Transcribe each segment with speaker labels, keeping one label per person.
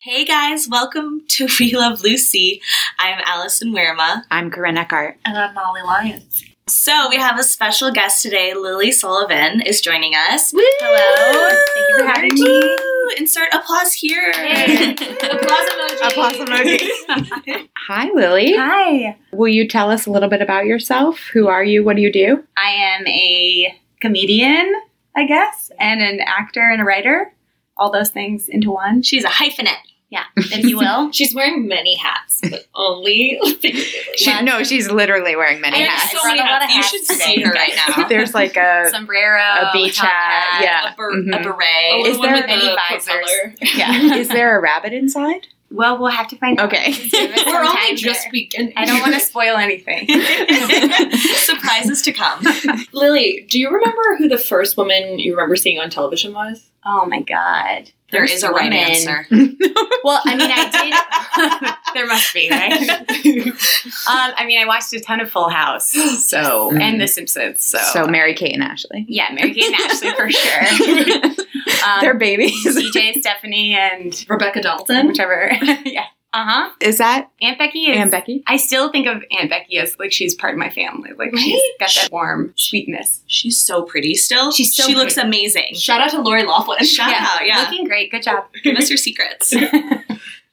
Speaker 1: Hey guys, welcome to We Love Lucy. I'm Allison Werma.
Speaker 2: I'm Corinne Eckhart.
Speaker 3: And I'm Molly Lyons.
Speaker 1: So we have a special guest today. Lily Sullivan is joining us.
Speaker 2: Hello. Thank you for having me.
Speaker 1: Woo! Insert applause here.
Speaker 3: Yay. Applause emoji.
Speaker 2: Applause emoji. Hi, Lily.
Speaker 3: Hi.
Speaker 2: Will you tell us a little bit about yourself? Who are you? What do you do?
Speaker 3: I am a comedian, I guess, and an actor and a writer. All those things into one,
Speaker 1: She's a hyphenate.
Speaker 3: if you will.
Speaker 1: She's wearing many hats, but only figuratively.
Speaker 2: She, no, she's literally wearing many
Speaker 1: I have
Speaker 2: hats.
Speaker 1: so many
Speaker 3: Run a lot of
Speaker 1: hats. You
Speaker 3: hats
Speaker 1: should
Speaker 3: today,
Speaker 1: see her right now.
Speaker 2: There's like a
Speaker 3: Sombrero,
Speaker 2: a beach
Speaker 3: top
Speaker 2: hat. Yeah.
Speaker 1: a, bur- a
Speaker 2: Mhm.
Speaker 1: beret.
Speaker 2: Is
Speaker 1: the one
Speaker 2: there-
Speaker 1: with the
Speaker 3: Many visors.
Speaker 1: propeller.
Speaker 3: Yeah.
Speaker 2: Is there a rabbit inside?
Speaker 3: Well, we'll have to find out.
Speaker 2: Okay.
Speaker 3: Give us some
Speaker 1: We're only
Speaker 3: time
Speaker 1: just
Speaker 3: here.
Speaker 1: beginning.
Speaker 3: I don't want to spoil anything.
Speaker 1: Surprises to come.
Speaker 4: Lily, do you remember who the first woman you remember seeing on television was?
Speaker 3: Oh my god.
Speaker 1: There is a right
Speaker 3: Woman.
Speaker 1: answer.
Speaker 3: Well, I mean, I did. there must be, right? um, I mean, I watched a ton of Full House, so and The Simpsons, Mm. so,
Speaker 2: So Mary Kate and Ashley.
Speaker 3: yeah, Mary Kate and Ashley for sure. Um,
Speaker 2: They're babies.
Speaker 3: DJ, Stephanie, and
Speaker 4: Rebecca Dalton.
Speaker 3: whichever. yeah. Uh huh.
Speaker 2: Is that
Speaker 3: Aunt Becky is.
Speaker 2: Aunt Becky?
Speaker 3: I still think of Aunt Becky as like she's part of my family. Like she's got that warm sweetness.
Speaker 1: She's so pretty still.
Speaker 3: She's so
Speaker 1: she looks
Speaker 3: pretty.
Speaker 1: amazing.
Speaker 4: Shout out to Lori Laughlin.
Speaker 1: Shout
Speaker 3: Yeah.
Speaker 1: out, yeah.
Speaker 3: Looking great. Good job.
Speaker 1: Give us your secrets.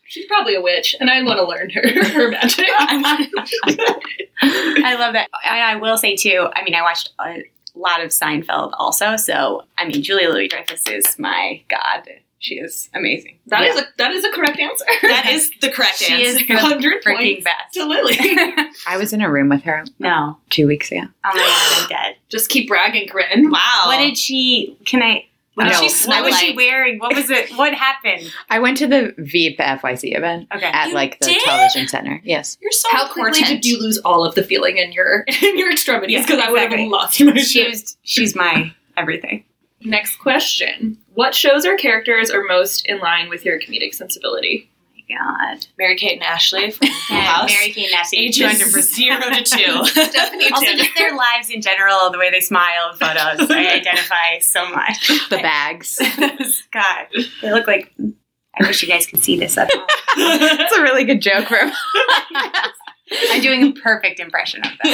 Speaker 4: She's probably a witch, and I want to learn her, her magic.
Speaker 1: I want-
Speaker 3: I love that. And I will say too. I mean, I watched a lot of Seinfeld also. So I mean, Julia Louis Dreyfus is my god. She is amazing.
Speaker 4: That is a that is a correct answer.
Speaker 1: that is the correct
Speaker 3: She is
Speaker 1: answer.
Speaker 3: the
Speaker 4: hundred
Speaker 3: freaking
Speaker 4: points
Speaker 3: best.
Speaker 4: to Lily.
Speaker 2: I was in a room with her
Speaker 3: No,
Speaker 2: two weeks ago.
Speaker 3: oh my god, I'm dead.
Speaker 4: Just keep bragging, Corinne.
Speaker 1: wow.
Speaker 3: What did she? Can I? What,
Speaker 2: No.
Speaker 3: did she
Speaker 1: smell
Speaker 3: what was she
Speaker 1: like?
Speaker 3: wearing? What was it? What happened?
Speaker 2: I went to the Veep FYC event
Speaker 3: Okay.
Speaker 2: at
Speaker 1: You
Speaker 2: like the
Speaker 1: did?
Speaker 2: television center. Yes.
Speaker 1: You're so
Speaker 4: How quickly
Speaker 1: important.
Speaker 4: did you lose all of the feeling in your in your extremities?
Speaker 3: Yeah,
Speaker 4: Because I would
Speaker 3: exactly.
Speaker 4: have lost my
Speaker 3: she
Speaker 4: shit.
Speaker 3: was. She's my everything.
Speaker 4: Next question: What shows or characters are most in line with your comedic sensibility?
Speaker 3: Oh my god.
Speaker 1: Mary Kate and Ashley from Full House?
Speaker 3: Mary Kate Nessie.
Speaker 1: Ages zero to two.
Speaker 4: Stephanie
Speaker 3: Also, just their lives in general, the way they smile in photos, I identify so much.
Speaker 2: The bags.
Speaker 3: God, they look like. I wish you guys could see this. Up.
Speaker 2: That's a really good joke for
Speaker 3: I'm doing a perfect impression of them.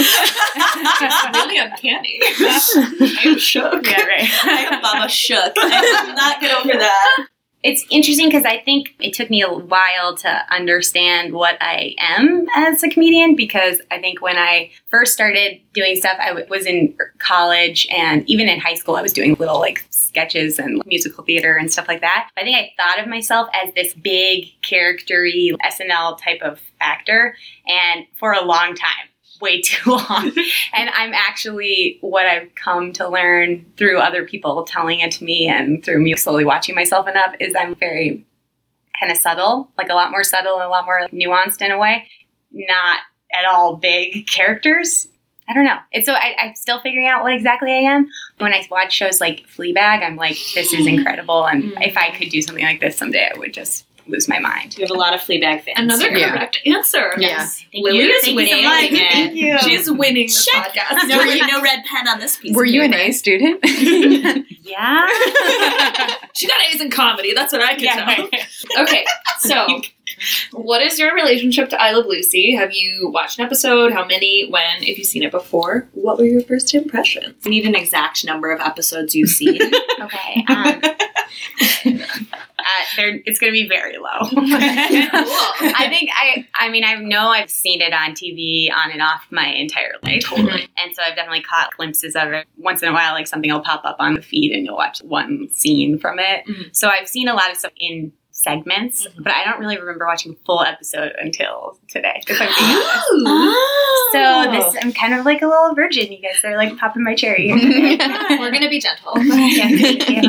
Speaker 4: really uncanny. I'm shook.
Speaker 3: Yeah,
Speaker 1: I
Speaker 3: right.
Speaker 1: am Baba shook. I did not get over that.
Speaker 3: It's interesting because I think it took me a while to understand what I am as a comedian because I think when I first started doing stuff, I w- was in college and even in high school, I was doing little like sketches and musical theater and stuff like that. I think I thought of myself as this big, charactery SNL type of actor, and for a long time. Way too long. And I'm actually what I've come to learn through other people telling it to me and through me slowly watching myself enough is I'm very kind of subtle, like a lot more subtle and a lot more nuanced in a way, not at all big characters. I don't know. And so I, I'm still figuring out what exactly I am. When I watch shows like Fleabag, I'm like, this is incredible. And if I could do something like this someday, I would just lose my mind.
Speaker 1: We have a lot of Fleabag fans.
Speaker 4: Another
Speaker 2: Yeah.
Speaker 4: correct answer.
Speaker 2: Yeah.
Speaker 3: Thank
Speaker 4: Lily
Speaker 3: you.
Speaker 4: is
Speaker 3: Thank
Speaker 4: winning.
Speaker 3: you so much.
Speaker 1: Thank
Speaker 3: you.
Speaker 4: She's winning this
Speaker 1: Check.
Speaker 4: podcast.
Speaker 1: No, red- no red pen on this piece.
Speaker 2: Were
Speaker 1: of
Speaker 2: you an
Speaker 1: paper.
Speaker 2: A student?
Speaker 3: Yeah.
Speaker 4: she got A's in comedy. That's what I can
Speaker 3: Yeah.
Speaker 4: tell. okay, so what is your relationship to I Love Lucy? Have you watched an episode? How many? When? If you've seen it before, what were your first impressions?
Speaker 1: We need an exact number of episodes you've seen.
Speaker 3: Okay. Um, uh, they're- it's going to be very low. I think I. I mean, I know I've seen it on TV on and off my entire life,
Speaker 4: Totally.
Speaker 3: and so I've definitely caught glimpses of it. Once in a while, like something will pop up on the feed, and you'll watch one scene from it.
Speaker 4: Mhm.
Speaker 3: So I've seen a lot of stuff in segments, but I don't really remember watching a full episode until today. If I'm being honest.
Speaker 4: Oh,
Speaker 3: So this, I'm kind of like a little virgin. You guys are like popping my cherry.
Speaker 4: We're gonna be gentle.
Speaker 3: Yeah, yeah.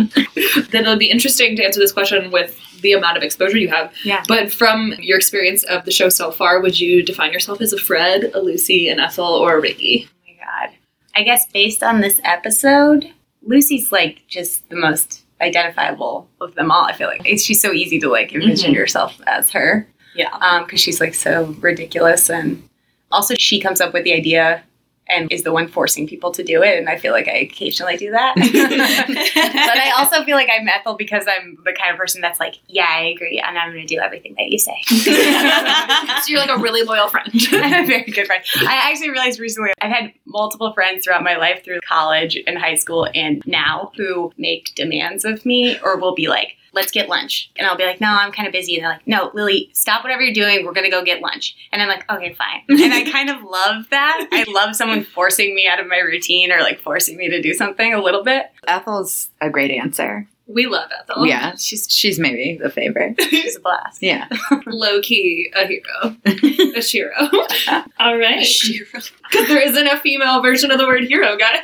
Speaker 4: Then it'll be interesting to answer this question with the amount of exposure you have.
Speaker 3: Yeah.
Speaker 4: But from your experience of the show so far, would you define yourself as a Fred, a Lucy, an Ethel, or a Ricky?
Speaker 3: Oh my God. I guess based on this episode, Lucy's like just the most identifiable of them all. I feel like it's, she's so easy to like envision yourself as her.
Speaker 1: Yeah.
Speaker 3: because she's like so ridiculous, and also she comes up with the idea and is the one forcing people to do it. And I feel like I occasionally do that. but I also feel like I'm Ethel because I'm the kind of person that's like, yeah, I agree, and I'm going to do everything that you say.
Speaker 4: so you're like a really loyal friend.
Speaker 3: I'm a very good friend. I actually realized recently I've had multiple friends throughout my life through college and high school and now who make demands of me or will be like, let's get lunch. And I'll be like, no, I'm kind of busy. And they're like, no, Lily, stop whatever you're doing. We're going to go get lunch. And I'm like, okay, fine. And I kind of love that. I love someone forcing me out of my routine or like forcing me to do something a little bit.
Speaker 5: Ethel's a great answer.
Speaker 4: we love
Speaker 3: Oh,
Speaker 4: Ethel.
Speaker 5: Yeah, she's she's maybe the favorite.
Speaker 3: It's a blast.
Speaker 5: Yeah,
Speaker 4: Low key, a hero. a shiro. All right. Because there isn't a female version of the word hero, guys.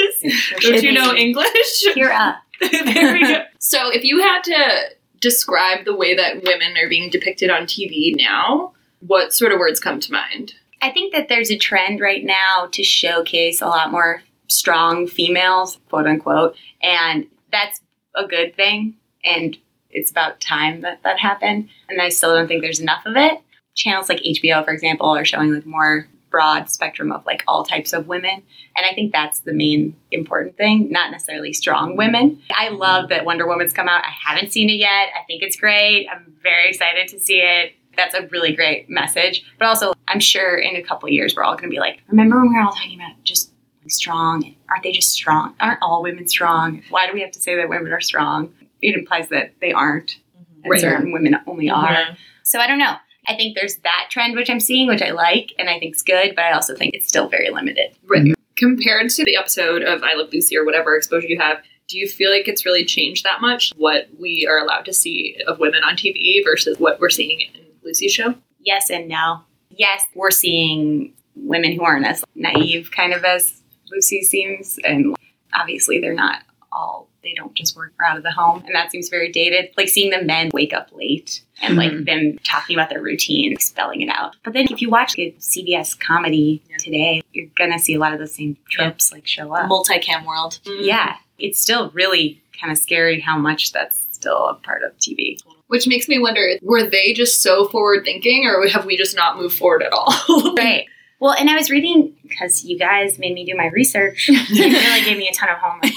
Speaker 4: Don't you know English?
Speaker 3: Kira.
Speaker 4: there we go. So, if you had to describe the way that women are being depicted on TV now, what sort of words come to mind?
Speaker 3: I think that there's a trend right now to showcase a lot more strong females, quote unquote, and that's a good thing. And it's about time that that happened. And I still don't think there's enough of it. Channels like HBO, for example, are showing like more broad spectrum of like all types of women. And I think that's the main important thing, not necessarily strong women. I love that Wonder Woman's come out. I haven't seen it yet. I think it's great. I'm very excited to see it. That's a really great message. But also, I'm sure in a couple of years, we're all going to be like, remember when we were all talking about just being strong? Aren't they just strong? Aren't all women strong? Why do we have to say that women are strong? It implies that they aren't. And
Speaker 5: Right.
Speaker 3: certain women only are. So I don't know. I think there's that trend which I'm seeing, which I like and I think's good, but I also think it's still very limited.
Speaker 4: Right. Compared to the episode of I Love Lucy or whatever exposure you have, do you feel like it's really changed that much what we are allowed to see of women on TV versus what we're seeing in Lucy's show?
Speaker 3: Yes and no. Yes, we're seeing women who aren't as naive kind of as Lucy seems, and obviously they're not all they don't just work out of the home and that seems very dated like seeing the men wake up late and like them talking about their routine spelling it out but then if you watch a cbs comedy today you're gonna see a lot of those same tropes like show up
Speaker 1: Multicam world.
Speaker 4: Mm-hmm.
Speaker 3: yeah, it's still really kind of scary how much that's still a part of TV.
Speaker 4: Which makes me wonder were they just so forward thinking or have we just not moved forward at all?
Speaker 3: Right. Well, and I was reading because you guys made me do my research. you really gave me a ton of homework.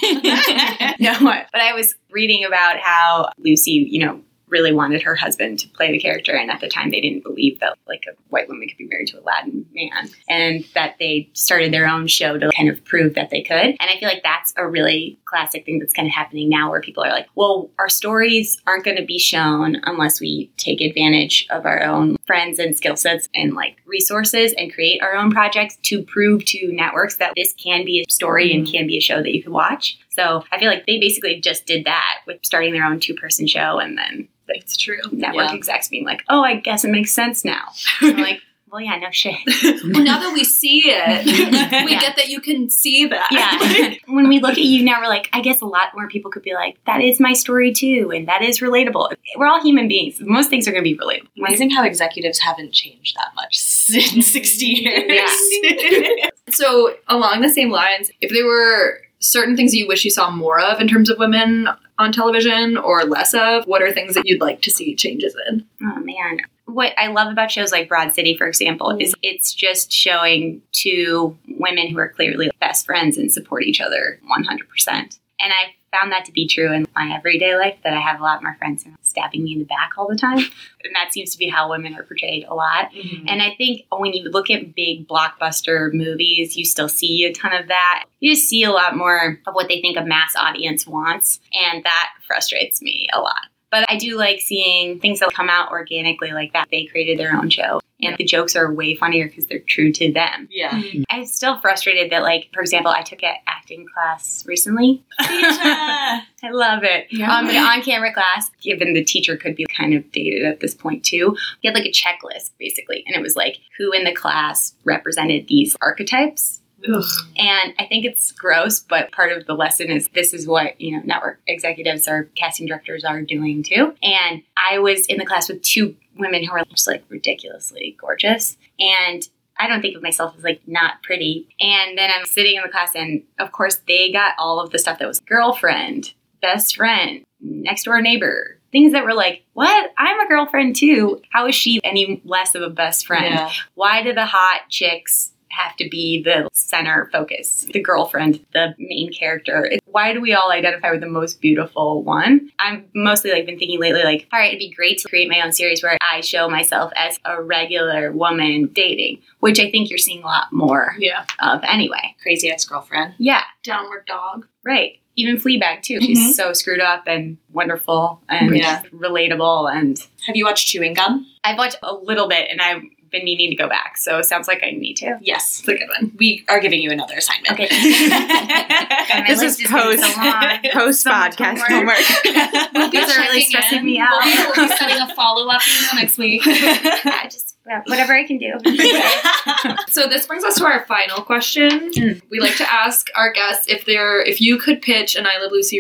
Speaker 3: no, but I was reading about how Lucy, you know, really wanted her husband to play the character, and at the time they didn't believe that like a white woman could be married to a Latin man, and that they started their own show to kind of prove that they could. And I feel like that's a really classic thing that's kind of happening now, where people are like, "Well, our stories aren't going to be shown unless we take advantage of our own friends and skill sets and like resources and create our own projects to prove to networks that this can be a story and can be a show that you can watch." So I feel like they basically just did that with starting their own two person show and then the
Speaker 4: It's true.
Speaker 3: network
Speaker 1: Yeah.
Speaker 3: execs being like, oh, I guess it makes sense now. I'm like, well, yeah, no shit.
Speaker 4: Well, now that we see it, we
Speaker 3: Yeah.
Speaker 4: get that you can see that.
Speaker 3: Yeah. when we look at you now, we're like, I guess a lot more people could be like, that is my story too, and that is relatable. We're all human beings. Most things are going to be relatable.
Speaker 1: Amazing how executives haven't changed that much in 60 years.
Speaker 4: so, along the same lines, if there were certain things you wish you saw more of in terms of women on television or less of, what are things that you'd like to see changes in?
Speaker 3: Oh man. What I love about shows like Broad City, for example, is it's just showing two women who are clearly best friends and support each other 100%. And I found that to be true in my everyday life that I have a lot more friends who are stabbing me in the back all the time. And that seems to be how women are portrayed a lot. And I think when you look at big blockbuster movies, you still see a ton of that. You just see a lot more of what they think a mass audience wants, and that frustrates me a lot. But I do like seeing things that come out organically like that. They created their own show, and the jokes are way funnier because they're true to them.
Speaker 1: Yeah.
Speaker 3: I'm still frustrated that, like, for example, I took an acting class recently,
Speaker 1: Mm.
Speaker 3: I love it.
Speaker 4: Yeah.
Speaker 3: Um, but on camera class, given the teacher could be kind of dated at this point too, we had like a checklist basically, and it was like who in the class represented these archetypes. And I think it's gross, but part of the lesson is this is what, you know, network executives or casting directors are doing too. And I was in the class with two women who were just like ridiculously gorgeous. And I don't think of myself as like not pretty. And then I'm sitting in the class, and of course, they got all of the stuff that was girlfriend, best friend, next door neighbor, things that were like, what? I'm a girlfriend too. How is she any less of a best friend?
Speaker 4: Yeah.
Speaker 3: Why do the hot chicks have to be the center focus, the girlfriend, the main character? It- Why do we all identify with the most beautiful one? I've mostly like been thinking lately, like, all right, it'd be great to create my own series where I show myself as a regular woman dating, which I think you're seeing a lot more
Speaker 4: Yeah.
Speaker 3: of anyway.
Speaker 1: Crazy ex girlfriend.
Speaker 3: Yeah,
Speaker 4: Downward dog.
Speaker 3: right. Even Fleabag too. She's
Speaker 4: Mm-hmm.
Speaker 1: Mhm.
Speaker 3: so screwed up and wonderful and
Speaker 1: Yeah.
Speaker 3: relatable and
Speaker 1: Have you watched Chewing Gum?
Speaker 3: I've watched a little bit and I've been meaning to go back, so it sounds like I need to.
Speaker 1: Yes.
Speaker 4: It's a good one.
Speaker 1: We are giving you another assignment.
Speaker 3: Okay.
Speaker 1: Okay.
Speaker 3: My
Speaker 5: This
Speaker 3: list
Speaker 5: is
Speaker 3: been
Speaker 5: post-
Speaker 3: so long.
Speaker 5: Post podcast homework.
Speaker 3: These are really
Speaker 4: checking
Speaker 3: stressing
Speaker 4: in.
Speaker 3: me out.
Speaker 4: We'll be, we'll be sending a follow up email next week.
Speaker 3: I just well, whatever I can do.
Speaker 4: So this brings us to our final question. We like to ask our guests if they're if you could pitch an I Love Lucy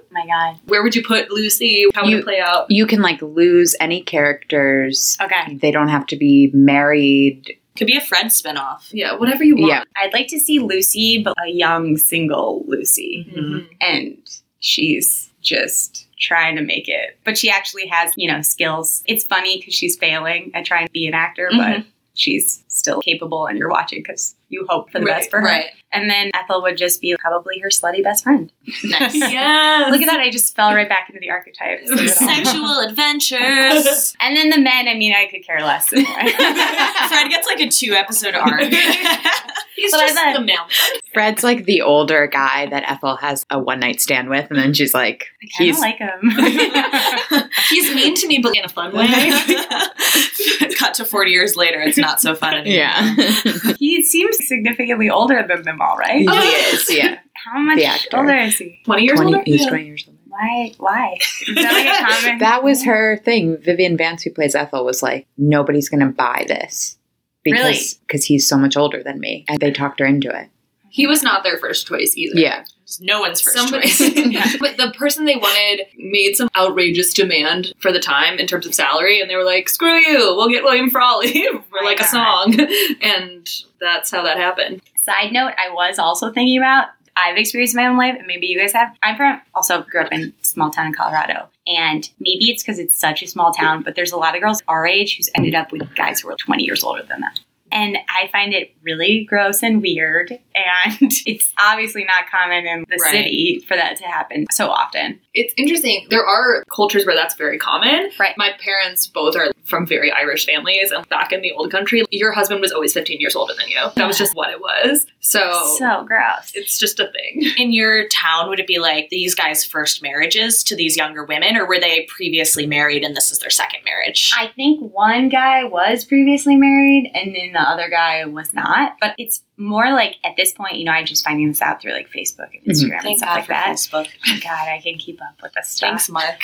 Speaker 3: Oh my god.
Speaker 4: where would you put Lucy? How would
Speaker 5: You-
Speaker 4: it play out?
Speaker 5: You can like lose any characters.
Speaker 3: Okay.
Speaker 5: They don't have to be married.
Speaker 1: Could be a Fred spinoff.
Speaker 4: Yeah, whatever you want.
Speaker 5: Yeah.
Speaker 3: I'd like to see Lucy, but a young single Lucy.
Speaker 4: Mhm.
Speaker 3: And she's just trying to make it. But she actually has, you know, skills. It's funny because she's failing at trying to be an actor,
Speaker 4: Mm-hmm.
Speaker 3: but she's still capable and you're watching because you hope for the
Speaker 4: Right,
Speaker 3: best for her.
Speaker 1: Right.
Speaker 3: And then Ethel would just be probably her slutty best friend.
Speaker 1: Nice.
Speaker 4: Yes.
Speaker 3: Look at that, I just fell right back into the archetypes. of it all.
Speaker 1: Sexual adventures.
Speaker 3: And then the men, I mean, I could care less.
Speaker 1: Fred gets like a two episode arc.
Speaker 4: He's
Speaker 3: But I
Speaker 4: just
Speaker 3: bet-
Speaker 4: the mailman.
Speaker 5: Fred's like the older guy that Ethel has a one night stand with, and then she's like,
Speaker 3: I
Speaker 5: he's
Speaker 3: don't like him.
Speaker 4: He's mean to me, but in a fun way.
Speaker 1: Cut to 40 years later, it's not so fun anymore.
Speaker 5: yeah,
Speaker 3: he seems significantly older than them all, right?
Speaker 5: he is, yeah,
Speaker 3: How much
Speaker 5: The actor.
Speaker 3: older is he?
Speaker 4: Twenty years
Speaker 5: twenty,
Speaker 4: older.
Speaker 5: he's twenty years old.
Speaker 3: Why? Why? Is that like a common?
Speaker 5: That was her thing. Vivian Vance, who plays Ethel, was like, nobody's going to buy this
Speaker 3: Really?
Speaker 5: because because he's so much older than me, and they talked her into it.
Speaker 4: He was not their first choice either.
Speaker 5: Yeah,
Speaker 1: No one's first
Speaker 4: Somebody-
Speaker 1: choice.
Speaker 4: but the person they wanted made some outrageous demand for the time in terms of salary, and they were like, "Screw you, we'll get William Frawley for like a song," and that's how that happened.
Speaker 3: Side note, I was also thinking about, I've experienced in my own life, and maybe you guys have. I'm from, also grew up in a small town in Colorado. And maybe it's because it's such a small town, but there's a lot of girls our age who's ended up with guys who are 20 years older than them. And I find it really gross and weird. And it's obviously not common in the
Speaker 1: Right.
Speaker 3: city for that to happen so often.
Speaker 4: It's interesting. There are cultures where that's very common.
Speaker 3: Right.
Speaker 4: My parents both are from very Irish families, and back in the old country, your husband was always 15 years older than you. That was just what it was. So,
Speaker 3: So gross.
Speaker 4: it's just a thing.
Speaker 1: In your town, would it be like these guys' first marriages to these younger women, or were they previously married and this is their second marriage?
Speaker 3: I think one guy was previously married and then the other guy was not. But it's more like at this point, you know, I'm just finding this out through like Facebook and
Speaker 5: Mhm.
Speaker 3: Instagram and
Speaker 1: Thank
Speaker 3: stuff
Speaker 1: God
Speaker 3: like
Speaker 1: for
Speaker 3: that.
Speaker 1: Facebook.
Speaker 3: Thank God I can keep up with this stuff.
Speaker 1: Thanks, Mark.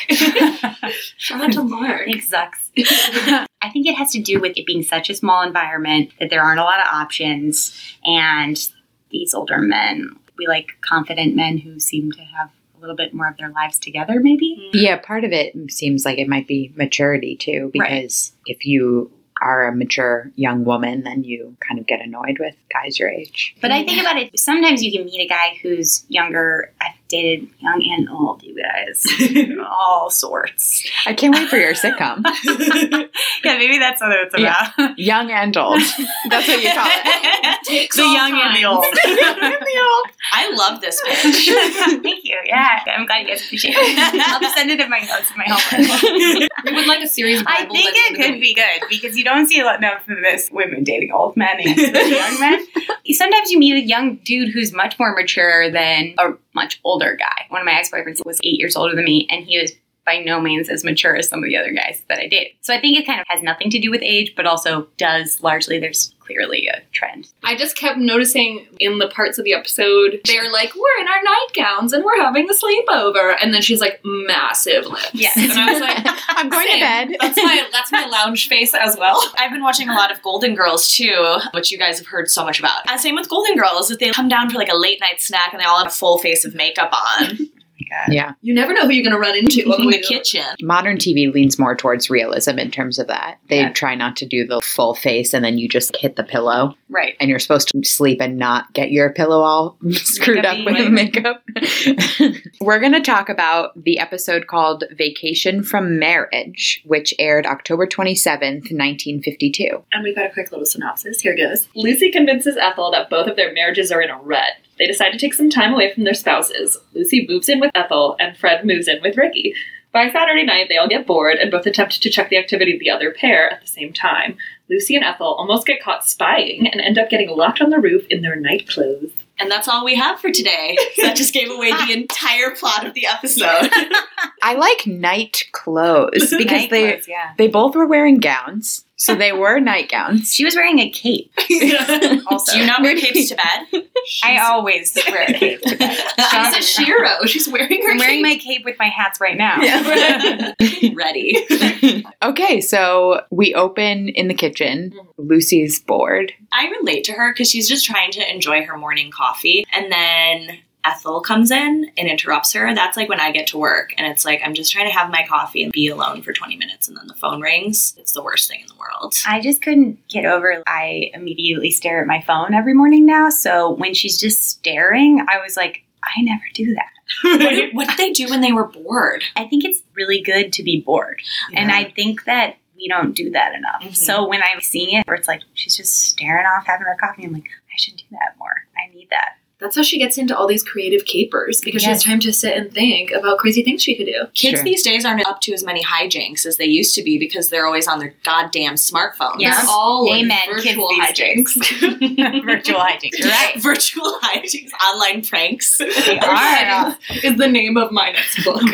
Speaker 4: Shout out to Mark.
Speaker 3: Thanks, Zucks. I think it has to do with it being such a small environment that there aren't a lot of options. And these older men, we like confident men who seem to have a little bit more of their lives together, maybe.
Speaker 5: yeah. Part of it seems like it might be maturity too, because if you are a mature young woman, then you kind of get annoyed with guys your age.
Speaker 3: But I think about it. Sometimes you can meet a guy who's younger. I've dated young and old, you guys, all sorts.
Speaker 5: I can't wait for your sitcom,
Speaker 3: Yeah, maybe that's what it's
Speaker 5: Yeah.
Speaker 3: about.
Speaker 5: Young and Old. That's what you call it.
Speaker 1: the
Speaker 4: all
Speaker 1: young and the
Speaker 4: time.
Speaker 1: old. I love this pitch.
Speaker 3: Thank you. Yeah, I'm glad you guys appreciate it. I'll just send it in my notes in my homework.
Speaker 4: We would like a series.
Speaker 3: I
Speaker 4: Bible
Speaker 3: think
Speaker 4: by the
Speaker 3: it
Speaker 4: end of the
Speaker 3: could be good because you don't see a lot enough of this women dating old men and young men. Sometimes you meet a young dude who's much more mature than a much older guy. One of my ex boyfriends was eight years older than me, and he was by no means as mature as some of the other guys that I dated. So I think it kind of has nothing to do with age, but also does largely, there's clearly a trend.
Speaker 4: I just kept noticing in the parts of the episode, they're like, we're in our nightgowns and we're having a sleepover. And then she's like, massive lips.
Speaker 3: Yes.
Speaker 4: And I was like,
Speaker 5: I'm going to bed.
Speaker 4: that's my, that's my lounge face as well.
Speaker 1: I've been watching a lot of Golden Girls too, which you guys have heard so much Uh, about. And same with Golden Girls, that they come down for like a late night snack and they all have a full face of makeup on.
Speaker 3: God.
Speaker 5: Yeah.
Speaker 4: You never know who you're going to run into
Speaker 1: in the
Speaker 4: you-
Speaker 1: kitchen.
Speaker 5: Modern TV leans more towards realism in terms of that. They
Speaker 3: Yeah.
Speaker 5: try not to do the full face and then you just hit the pillow
Speaker 3: Right.
Speaker 5: and you're supposed to sleep and not get your pillow all screwed up with makeup. We're going to talk about the episode called Vacation from Marriage, which aired October 27th, 1952.
Speaker 4: And we've got a quick little synopsis. Here goes. Lucy convinces Ethel that both of their marriages are in a rut. They decide to take some time away from their spouses. Lucy moves in with Ethel, and Fred moves in with Ricky. By Saturday night, they all get bored and both attempt to check the activity of the other pair at the same time. Lucy and Ethel almost get caught spying and end up getting locked on the roof in their night clothes.
Speaker 1: And that's all we have for today. So that just gave away the entire plot of the episode.
Speaker 5: I like night clothes because they
Speaker 3: Nightclothes, yeah.
Speaker 5: they both were wearing gowns. So they were nightgowns.
Speaker 3: She was wearing a cape.
Speaker 1: Do you not wear capes to bed?
Speaker 3: I always wear a cape.
Speaker 1: I
Speaker 4: She's a Shiro. She's wearing her
Speaker 3: I'm wearing
Speaker 4: cape.
Speaker 3: my cape with my hats right now.
Speaker 1: said, Ready.
Speaker 5: Okay, so we open in the kitchen. Lucy's bored.
Speaker 1: I relate to her because she's just trying to enjoy her morning coffee. And then Ethel comes in and interrupts her. That's like when I get to work and it's like, I'm just trying to have my coffee and be alone for 20 minutes. And then the phone rings. It's the worst thing in the world.
Speaker 3: I just couldn't get over. I immediately stare at my phone every morning now. So when she's just staring, I was like, I never do that.
Speaker 1: what, did, what did they do when they were bored?
Speaker 3: I think it's really good to be bored. And I think that we don't do that enough.
Speaker 1: Mhm.
Speaker 3: So when I'm seeing it where it's like she's just staring off having her coffee, I'm like, I should do that more. I need that.
Speaker 4: That's how she gets into all these creative capers because
Speaker 3: Yes.
Speaker 4: she has time to sit and think about crazy things she could do.
Speaker 1: Kids
Speaker 5: Sure.
Speaker 1: these days aren't up to as many hijinks as they used to be because they're always on their goddamn smartphones.
Speaker 3: Yeah.
Speaker 4: They're all in
Speaker 3: Amen, kids
Speaker 4: Oh, virtual
Speaker 3: these days.
Speaker 4: hijinks.
Speaker 3: Virtual hijinks. You're right.
Speaker 1: Virtual hijinks, online pranks.
Speaker 3: They are.
Speaker 4: is the name of my next book.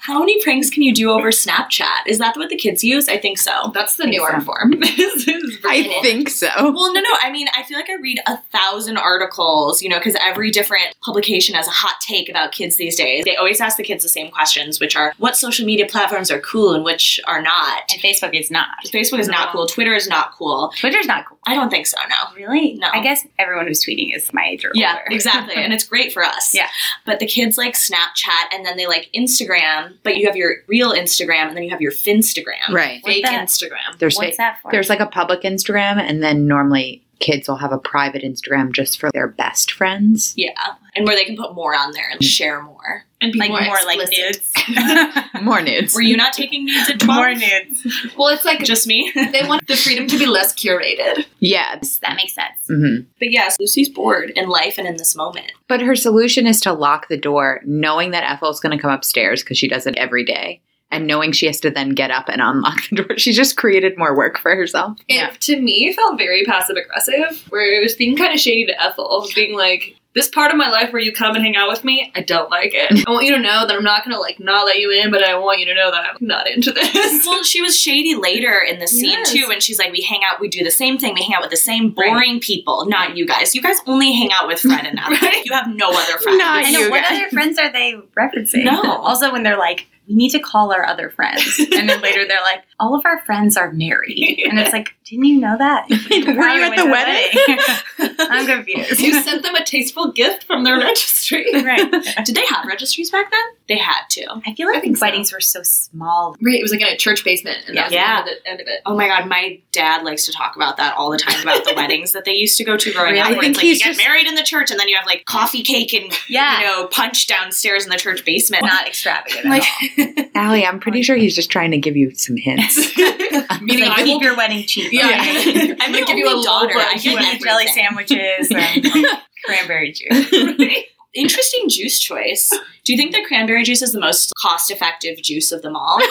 Speaker 1: How many pranks can you do over Snapchat? Is that what the kids use? I think so.
Speaker 4: That's the newer form. This is
Speaker 5: I
Speaker 4: virtual.
Speaker 5: think so.
Speaker 1: Well, no, no. I mean, I feel like I read a thousand articles, you know, because every different publication has a hot take about kids these days. They always ask the kids the same questions, which are what social media platforms are cool and which are not.
Speaker 3: And Facebook is not.
Speaker 1: Facebook is not cool. Twitter is not cool.
Speaker 3: Twitter's not cool.
Speaker 1: I don't think so, no.
Speaker 3: Really?
Speaker 1: No.
Speaker 3: I guess everyone who's tweeting is my age or
Speaker 1: Yeah,
Speaker 3: older.
Speaker 1: exactly. And it's great for us.
Speaker 3: Yeah.
Speaker 1: But the kids like Snapchat and then they like Instagram, but you have your real Instagram and then you have your Finstagram.
Speaker 5: Right.
Speaker 4: fake
Speaker 3: What the-
Speaker 4: Instagram.
Speaker 5: There's
Speaker 3: What's that for?
Speaker 5: there's like a public Instagram and then normally kids will have a private Instagram just for their best friends.
Speaker 1: Yeah. And where they can put more on there and share more.
Speaker 4: And be
Speaker 3: like more, like
Speaker 4: explicit.
Speaker 3: nudes.
Speaker 5: More nudes.
Speaker 1: Were you not taking nudes at 12?
Speaker 3: more nudes.
Speaker 4: Well, it's like
Speaker 1: Just me?
Speaker 4: they want the freedom to be less curated.
Speaker 5: Yeah.
Speaker 3: That makes sense.
Speaker 5: hmm
Speaker 1: But yes, Lucy's bored in life and in this moment.
Speaker 5: But her solution is to lock the door, knowing that Ethel's going to come upstairs because she does it every day, and knowing she has to then get up and unlock the door. She just created more work for herself.
Speaker 4: It, to me, felt very passive aggressive, where it was being kind of shady to Ethel, being like, this part of my life where you come and hang out with me, I don't like it. I want you to know that I'm not gonna like not let you in, but I want you to know that I'm not into this.
Speaker 1: Well, she was shady later in the scene
Speaker 4: Yes.
Speaker 1: too, when she's like, "We hang out, we do the same thing, we hang out with the same boring people, not you guys. You guys only hang out with Fred and Ethel. You have no other friends.
Speaker 5: Not
Speaker 3: I
Speaker 5: you.
Speaker 3: know. What
Speaker 5: guys.
Speaker 3: other friends are they referencing?
Speaker 1: No.
Speaker 3: Also, when they're like, we need to call our other friends. And then later they're like, all of our friends are married. And it's like, didn't you know that? Were
Speaker 5: Were you at the wedding?
Speaker 3: I'm confused.
Speaker 4: you sent them a tasteful gift from their registry.
Speaker 3: right.
Speaker 1: Did they have registries back then? They had to.
Speaker 3: I feel like
Speaker 4: I think so.
Speaker 3: weddings were so small.
Speaker 4: Right, it was like in a church basement, and that was
Speaker 3: Yeah.
Speaker 4: the end of it- end of it.
Speaker 1: Oh my god, my dad likes to talk about that all the time about the weddings that they used to go to growing up.
Speaker 5: Really?
Speaker 1: where
Speaker 5: I think
Speaker 1: it's like you
Speaker 5: he's
Speaker 1: get
Speaker 5: just-
Speaker 1: married in the church and then you have like coffee cake and
Speaker 3: Yeah.
Speaker 1: you know punch downstairs in the church basement.
Speaker 3: Not extravagant.
Speaker 4: Like-
Speaker 3: Like,
Speaker 5: Allie, I'm pretty sure he's just trying to give you some hints.
Speaker 4: Meaning
Speaker 3: like
Speaker 4: I
Speaker 3: keep
Speaker 4: will.
Speaker 3: your wedding cheap.
Speaker 4: Yeah.
Speaker 1: I'm gonna give you a daughter.
Speaker 4: low
Speaker 1: I
Speaker 4: blow.
Speaker 3: You
Speaker 1: get
Speaker 3: want
Speaker 1: everything.
Speaker 3: jelly sandwiches and cranberry juice.
Speaker 1: Interesting juice choice. Do you think that cranberry juice is the most cost effective juice of them all? Do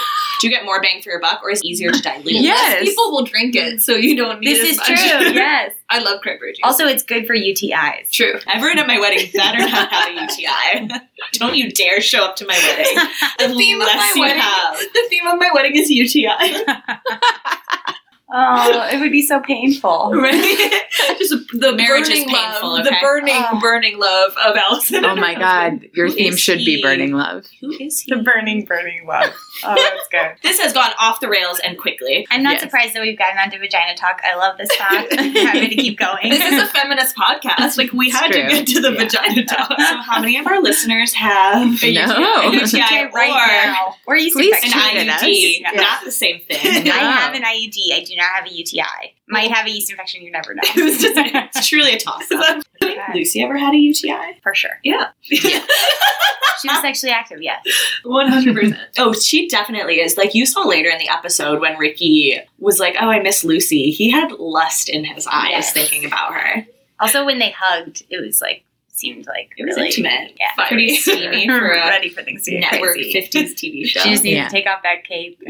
Speaker 1: you get more bang for your buck or is it easier to dilute?
Speaker 5: Yeah. Yes.
Speaker 4: Less people will drink it, so you don't need
Speaker 3: This is
Speaker 4: as much.
Speaker 3: true. Yes.
Speaker 4: I love cranberry juice.
Speaker 3: Also, it's good for UTIs.
Speaker 4: true.
Speaker 1: Everyone at my wedding better not have a UTI. Don't you dare show up to my wedding.
Speaker 4: The theme of
Speaker 1: Unless
Speaker 4: my
Speaker 1: you
Speaker 4: wedding.
Speaker 1: have.
Speaker 4: The theme of my wedding is UTI.
Speaker 3: Oh, it would be so painful.
Speaker 1: Right? Just the marriage is
Speaker 4: burning
Speaker 1: painful.
Speaker 4: love,
Speaker 1: okay?
Speaker 4: The burning,
Speaker 3: Ah.
Speaker 4: burning love of Allison.
Speaker 5: Oh
Speaker 4: and
Speaker 5: my
Speaker 4: her
Speaker 5: god, your
Speaker 1: Who
Speaker 5: theme
Speaker 1: is
Speaker 5: should be
Speaker 1: he?
Speaker 5: burning love.
Speaker 1: Who is he?
Speaker 6: The burning, burning love. Oh, that's good.
Speaker 1: This has gone off the rails and quickly.
Speaker 3: I'm not
Speaker 5: Yes.
Speaker 3: surprised that we've gotten onto vagina talk. I love this talk. I'm happy to keep going.
Speaker 1: This is a feminist podcast. Like we
Speaker 5: It's
Speaker 1: had
Speaker 5: true.
Speaker 1: to get to the
Speaker 5: Yeah.
Speaker 1: vagina talk. So how many of our listeners have a
Speaker 5: No.
Speaker 1: UTI,
Speaker 3: Okay,
Speaker 1: right
Speaker 3: right
Speaker 1: or
Speaker 3: now. Or you E
Speaker 5: Please
Speaker 1: an
Speaker 5: Cheated us.
Speaker 1: IUD?
Speaker 5: Yeah.
Speaker 1: Not the same thing.
Speaker 5: No.
Speaker 3: I have an IUD. I do not have a UTI. Might have a yeast infection. You never know.
Speaker 1: it was just it's truly a toss up.
Speaker 3: Okay.
Speaker 1: Lucy ever had a UTI?
Speaker 3: For sure.
Speaker 1: Yeah.
Speaker 3: She was sexually active. Yes.
Speaker 4: One hundred percent.
Speaker 1: Oh, she definitely is. Like you saw later in the episode when Ricky was like, "Oh, I miss Lucy." He had lust in his eyes
Speaker 3: Yes.
Speaker 1: thinking about her.
Speaker 3: Also, when they hugged, it was like seemed like
Speaker 1: It was
Speaker 3: really
Speaker 1: intimate,
Speaker 3: Yeah.
Speaker 1: pretty steamy for a
Speaker 3: ready for things to get
Speaker 1: network
Speaker 3: crazy.
Speaker 1: fifties TV show.
Speaker 3: She just needed
Speaker 5: Yeah.
Speaker 3: to take off that cape.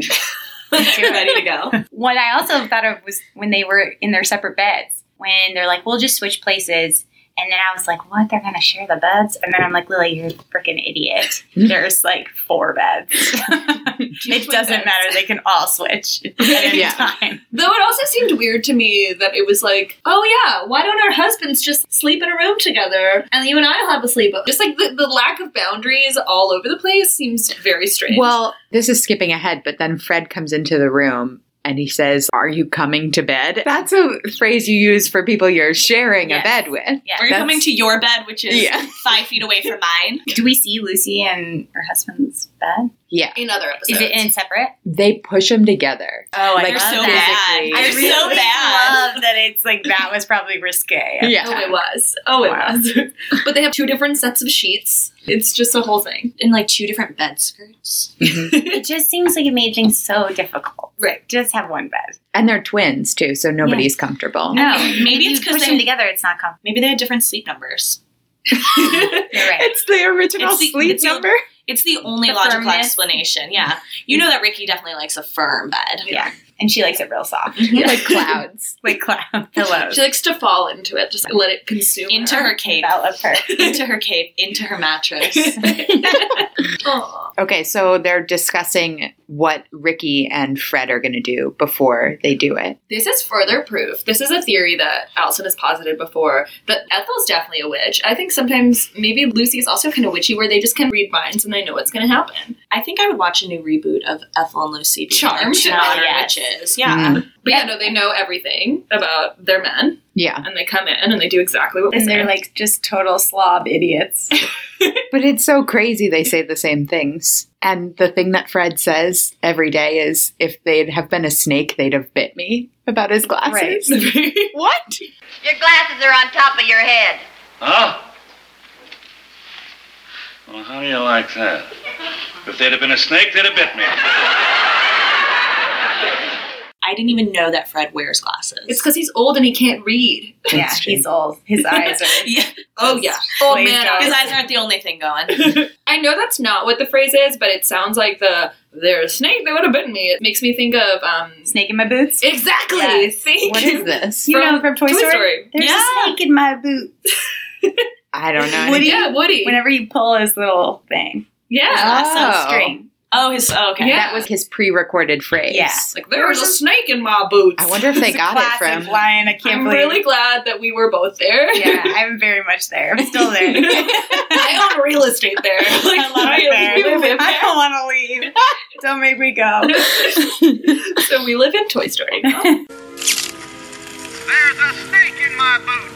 Speaker 1: ready to go.
Speaker 3: what I also thought of was when they were in their separate beds, when they're like, we'll just switch places. And then I was like, what? They're going to share the beds? And then I'm like, Lily, you're a freaking idiot. There's like four beds. it doesn't matter. They can all switch at any
Speaker 5: Yeah.
Speaker 3: time.
Speaker 4: Though it also seemed weird to me that it was like, oh yeah, why don't our husbands just sleep in a room together and you and I will have a sleep? Just like the, the lack of boundaries all over the place seems very strange.
Speaker 5: Well, this is skipping ahead, but then Fred comes into the room and he says, Are you coming to bed? That's a phrase you use for people you're sharing
Speaker 3: Yes.
Speaker 5: a bed with.
Speaker 3: Yeah.
Speaker 1: Are you
Speaker 5: That's-
Speaker 1: coming to your bed, which is
Speaker 5: Yeah.
Speaker 1: five feet away from mine?
Speaker 3: Do we see Lucy and her husband's bed?
Speaker 5: Yeah.
Speaker 4: in other
Speaker 3: Is
Speaker 4: episodes.
Speaker 3: it in separate?
Speaker 5: They push him together.
Speaker 3: Oh,
Speaker 5: Like,
Speaker 1: They're so
Speaker 5: physically.
Speaker 1: bad.
Speaker 5: I
Speaker 1: They're
Speaker 3: I really
Speaker 1: so bad.
Speaker 3: love that it's like that was probably risque.
Speaker 5: Yeah.
Speaker 4: Oh, it was. Oh, it
Speaker 3: Wow.
Speaker 4: was. but they have two different sets of sheets. It's just a whole thing.
Speaker 1: In like two different bed skirts.
Speaker 3: It just seems like it made things so difficult.
Speaker 4: Right.
Speaker 3: Just have one bed.
Speaker 5: And they're twins too, so nobody's comfortable.
Speaker 3: No,
Speaker 1: Maybe
Speaker 3: maybe
Speaker 1: it's
Speaker 3: it's
Speaker 1: 'cause
Speaker 3: because
Speaker 1: they-
Speaker 3: them together. It's not comfortable.
Speaker 1: Maybe they had different sleep numbers.
Speaker 3: You're right.
Speaker 5: It's the original
Speaker 1: It's the-
Speaker 5: sleep
Speaker 1: it's the-
Speaker 5: number.
Speaker 1: It's the only
Speaker 3: The
Speaker 1: logical
Speaker 3: firmness.
Speaker 1: explanation. Yeah. You know that Ricky definitely likes a firm bed.
Speaker 3: Yeah. And she likes it real soft,
Speaker 5: like clouds.
Speaker 3: like cloud pillows.
Speaker 4: She likes to fall into it, just let it consume
Speaker 1: Into her cape.
Speaker 3: I love her.
Speaker 1: Into her cape. Into her mattress.
Speaker 4: Aw.
Speaker 5: Okay, so they're discussing what Ricky and Fred are going to do before they do it.
Speaker 4: This is further proof. This is a theory that Allison has posited before that Ethel's definitely a witch. I think sometimes maybe Lucy's also kind of witchy, where they just can read minds and they know what's going to happen.
Speaker 1: I think I would watch a new reboot of Ethel and Lucy. being
Speaker 4: Charmed.
Speaker 1: like Not
Speaker 3: Oh,
Speaker 1: our
Speaker 3: yes.
Speaker 1: witches. Yeah.
Speaker 3: Mm-hmm.
Speaker 5: Mm.
Speaker 4: But yeah, no, they know everything about their men,
Speaker 5: Yeah.
Speaker 4: and they come in and they do exactly what.
Speaker 3: And they're like just total slob idiots.
Speaker 5: But it's so crazy they say the same things. And the thing that Fred says every day is if they'd have been a snake, they'd have bit me about his glasses. what?
Speaker 7: Your glasses are on top of your head.
Speaker 8: Huh? Well, how do you like that? If they'd have been a snake, they'd have bit me.
Speaker 1: I didn't even know that Fred wears glasses.
Speaker 4: it's because he's old and he can't read.
Speaker 3: yeah,
Speaker 5: That's true.
Speaker 3: he's old. His eyes are.
Speaker 1: yeah. Oh yeah.
Speaker 4: Old
Speaker 3: Please
Speaker 4: man.
Speaker 3: don't.
Speaker 4: eyes.
Speaker 1: His eyes aren't the only thing going.
Speaker 4: I know that's not what the phrase is, but it sounds like the "they're a snake, they would have bitten me." It makes me think of um
Speaker 3: Snake in my boots.
Speaker 4: exactly.
Speaker 3: Yes.
Speaker 4: Thank
Speaker 5: What
Speaker 4: you.
Speaker 5: is this?
Speaker 3: you
Speaker 4: From
Speaker 3: know from Toy,
Speaker 4: Toy
Speaker 3: Story.
Speaker 4: Story.
Speaker 3: There's
Speaker 1: Yeah.
Speaker 3: a snake in my boot.
Speaker 5: I don't know.
Speaker 3: Woody.
Speaker 4: Yeah, Woody.
Speaker 3: Whenever you pull his little thing,
Speaker 4: yeah.
Speaker 5: Oh.
Speaker 3: string.
Speaker 1: Oh, his. Oh, okay.
Speaker 4: Yeah.
Speaker 5: That was his pre recorded phrase.
Speaker 3: Yeah.
Speaker 4: Like there was a snake in my boots.
Speaker 5: I wonder if they
Speaker 3: It's a
Speaker 5: got it
Speaker 3: classic
Speaker 5: from.
Speaker 3: Lion. I can't
Speaker 4: I'm
Speaker 3: believe.
Speaker 4: really glad that we were both there.
Speaker 3: yeah, I'm very much there. I'm still there.
Speaker 4: I own real estate there. Like,
Speaker 3: I love
Speaker 4: we
Speaker 3: it there.
Speaker 4: live in
Speaker 3: I don't want to leave. Don't make me go.
Speaker 4: there. So we live in Toy Story. now.
Speaker 8: There's a snake in my boot.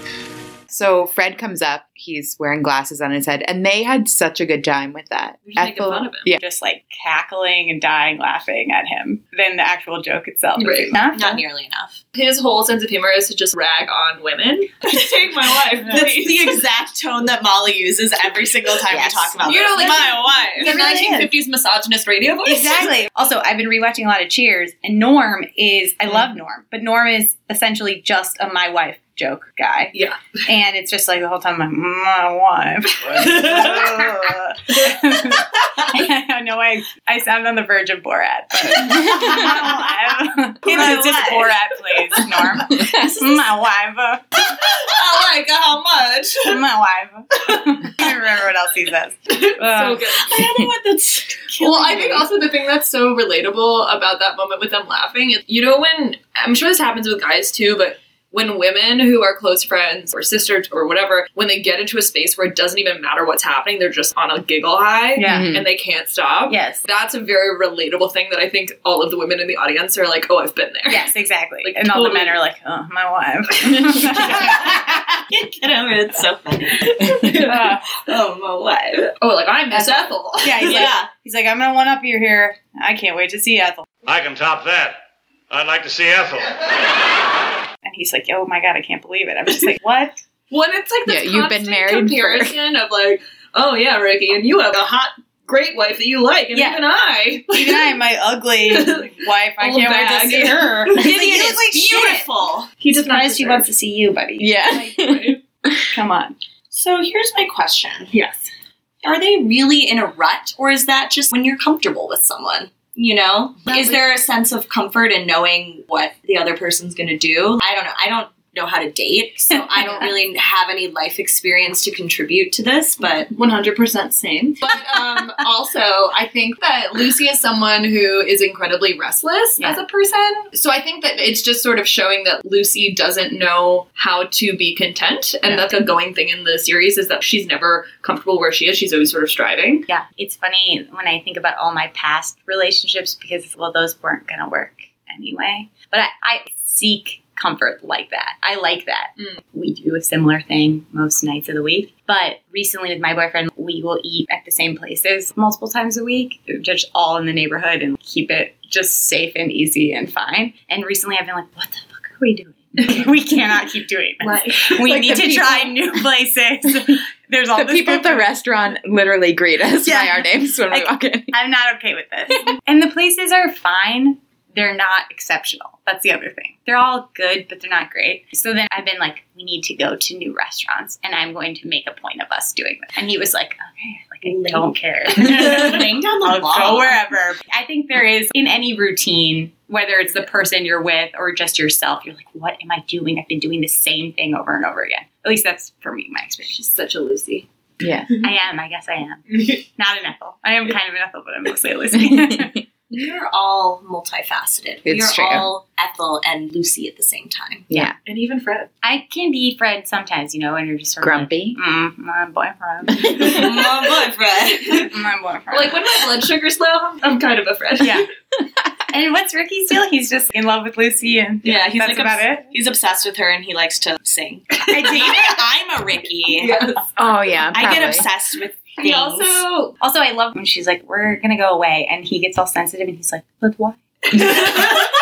Speaker 5: So Fred comes up. He's wearing glasses on his head, and they had such a good time with that.
Speaker 4: They're just making fun of him.
Speaker 5: Yeah,
Speaker 3: Just like cackling and dying laughing at him than the actual joke itself.
Speaker 4: Right.
Speaker 3: Is enough.
Speaker 1: Not nearly enough.
Speaker 4: His whole sense of humor is to just rag on women. Take my wife,
Speaker 1: That's
Speaker 4: please.
Speaker 1: the exact tone that Molly uses every single time
Speaker 5: Yes.
Speaker 1: we talk about
Speaker 4: You
Speaker 1: this.
Speaker 4: don't listen-
Speaker 1: my wife.
Speaker 4: The
Speaker 3: really is.
Speaker 4: 1950s misogynist radio voice.
Speaker 3: Exactly. Also, I've been rewatching a lot of Cheers, and Norm is, I love Norm, but Norm is essentially just a my wife joke guy.
Speaker 4: Yeah.
Speaker 3: And it's just like the whole time, I'm like, my wife. I know I, I sound on the verge of Borat, but my wife. Give us just Borat, please, Norm. my wife.
Speaker 1: Oh,
Speaker 6: like how much?
Speaker 3: My wife.
Speaker 6: I can't remember what else he says.
Speaker 4: so
Speaker 3: Uh,
Speaker 4: good.
Speaker 1: Uh, I don't know what that's.
Speaker 4: Well,
Speaker 1: killing
Speaker 4: I think
Speaker 1: me.
Speaker 4: also the thing that's so relatable about that moment with them laughing, is, you know, when I'm sure this happens with guys too, but when women who are close friends or sisters or whatever, when they get into a space where it doesn't even matter what's happening, they're just on a giggle high
Speaker 3: Yeah.
Speaker 5: Mhm.
Speaker 4: and they can't stop.
Speaker 3: Yes.
Speaker 4: That's a very relatable thing that I think all of the women in the audience are like, oh, I've been there.
Speaker 3: Yes, exactly.
Speaker 4: Like,
Speaker 3: and all the
Speaker 4: totally.
Speaker 3: men are like, oh, my wife.
Speaker 1: Get over it. It's so funny. oh my wife.
Speaker 4: Oh, like I'm Miss Ethel.
Speaker 3: yeah, he's, Like,
Speaker 1: Yeah.
Speaker 3: he's like, I'm going to one up you here. I can't wait to see Ethel.
Speaker 8: I can top that. I'd like to see Ethel.
Speaker 3: And he's like, oh my God, I can't believe it. I'm just like, what?
Speaker 4: When it's like this
Speaker 5: Yeah, you've been
Speaker 4: constant
Speaker 5: married for-
Speaker 4: comparison of like, oh yeah, Ricky, and you have a hot great wife that you like, and
Speaker 3: Yeah.
Speaker 4: even I.
Speaker 3: Even I, my ugly wife, I
Speaker 4: Old
Speaker 3: can't wait
Speaker 4: bag.
Speaker 3: to see her.
Speaker 1: Vivian
Speaker 3: you look
Speaker 1: is
Speaker 3: like shit.
Speaker 1: beautiful.
Speaker 4: He does not
Speaker 3: Surprised she
Speaker 4: deserve-
Speaker 3: wants to see you, buddy.
Speaker 5: Yeah.
Speaker 3: Come on.
Speaker 1: So here's my question.
Speaker 4: Yes.
Speaker 1: Are they really in a rut or is that just when you're comfortable with someone? You know? Is there a sense of comfort in knowing what the other person's going to do? I don't know. I don't know how to date, so I don't really have any life experience to contribute to this, but
Speaker 4: 100% same. But um, also, I think that Lucy is someone who is incredibly restless
Speaker 3: Yeah.
Speaker 4: as a person. So I think that it's just sort of showing that Lucy doesn't know how to be content. And that's a going thing in the series is that she's never comfortable where she is. She's always sort of striving.
Speaker 3: Yeah, it's funny when I think about all my past relationships because, well, those weren't going to work anyway. But I, I seek comfort like that. I like that.
Speaker 4: Mm.
Speaker 3: We do a similar thing most nights of the week. But recently with my boyfriend, we will eat at the same places multiple times a week, just all in the neighborhood and keep it just safe and easy and fine. And recently I've been like, what the fuck are we doing? we cannot keep doing this. We
Speaker 5: Like
Speaker 3: need
Speaker 5: the
Speaker 3: to
Speaker 5: people-
Speaker 3: try new places. There's all
Speaker 5: The
Speaker 3: this
Speaker 5: people at the restaurant literally greet us by
Speaker 3: Yeah.
Speaker 5: our names when we
Speaker 3: Like-
Speaker 5: walk in.
Speaker 3: I'm not okay with this. and the places are fine. They're not exceptional. That's the other thing. They're all good, but they're not great. So then I've been like, we need to go to new restaurants, and I'm going to make a point of us doing this. And he was like, okay, like I don't care.
Speaker 1: laying down the
Speaker 3: I'll
Speaker 1: law.
Speaker 3: go wherever. I think there is in any routine, whether it's the person you're with or just yourself, you're like, what am I doing? I've been doing the same thing over and over again. At least that's for me, my experience.
Speaker 4: She's such a Lucy.
Speaker 5: Yeah.
Speaker 3: I am, I guess I am. Not an Ethel. I am kind of an Ethel, but I'm mostly a Lucy.
Speaker 1: We are all multifaceted. we
Speaker 5: It's
Speaker 1: are
Speaker 5: true.
Speaker 1: all Ethel and Lucy at the same time.
Speaker 4: And even Fred.
Speaker 3: I can be Fred sometimes, you know, when you're just sort
Speaker 5: Grumpy.
Speaker 3: of like, mm, my boyfriend, Mm,
Speaker 1: Oh, My boyfriend.
Speaker 3: my boyfriend.
Speaker 4: Like when my blood sugar's low, I'm kind of a Fred.
Speaker 3: yeah. and what's Ricky's deal? He's just in love with Lucy, and
Speaker 1: Yeah, he's
Speaker 3: that's
Speaker 1: like
Speaker 3: about
Speaker 1: obs-
Speaker 3: it.
Speaker 1: he's obsessed with her and he likes to sing.
Speaker 3: I did.
Speaker 1: I'm a Ricky.
Speaker 5: Oh yeah.
Speaker 1: I get
Speaker 5: probably.
Speaker 1: obsessed with
Speaker 4: He
Speaker 1: things.
Speaker 4: also
Speaker 3: Also, I love when she's like, "We're gonna go away," and he gets all sensitive, and he's like, "But why?"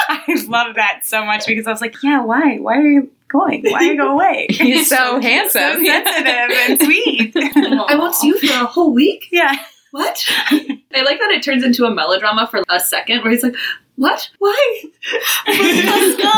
Speaker 3: I love that so much because I was like, "Yeah, why? Why are you going? Why go away?"
Speaker 5: He's so
Speaker 3: so
Speaker 5: handsome.
Speaker 3: sensitive and sweet.
Speaker 4: I won't see you for a whole week.
Speaker 3: yeah,
Speaker 4: What? I like that it turns into a melodrama for a second where he's like, What? Why?
Speaker 3: let's go.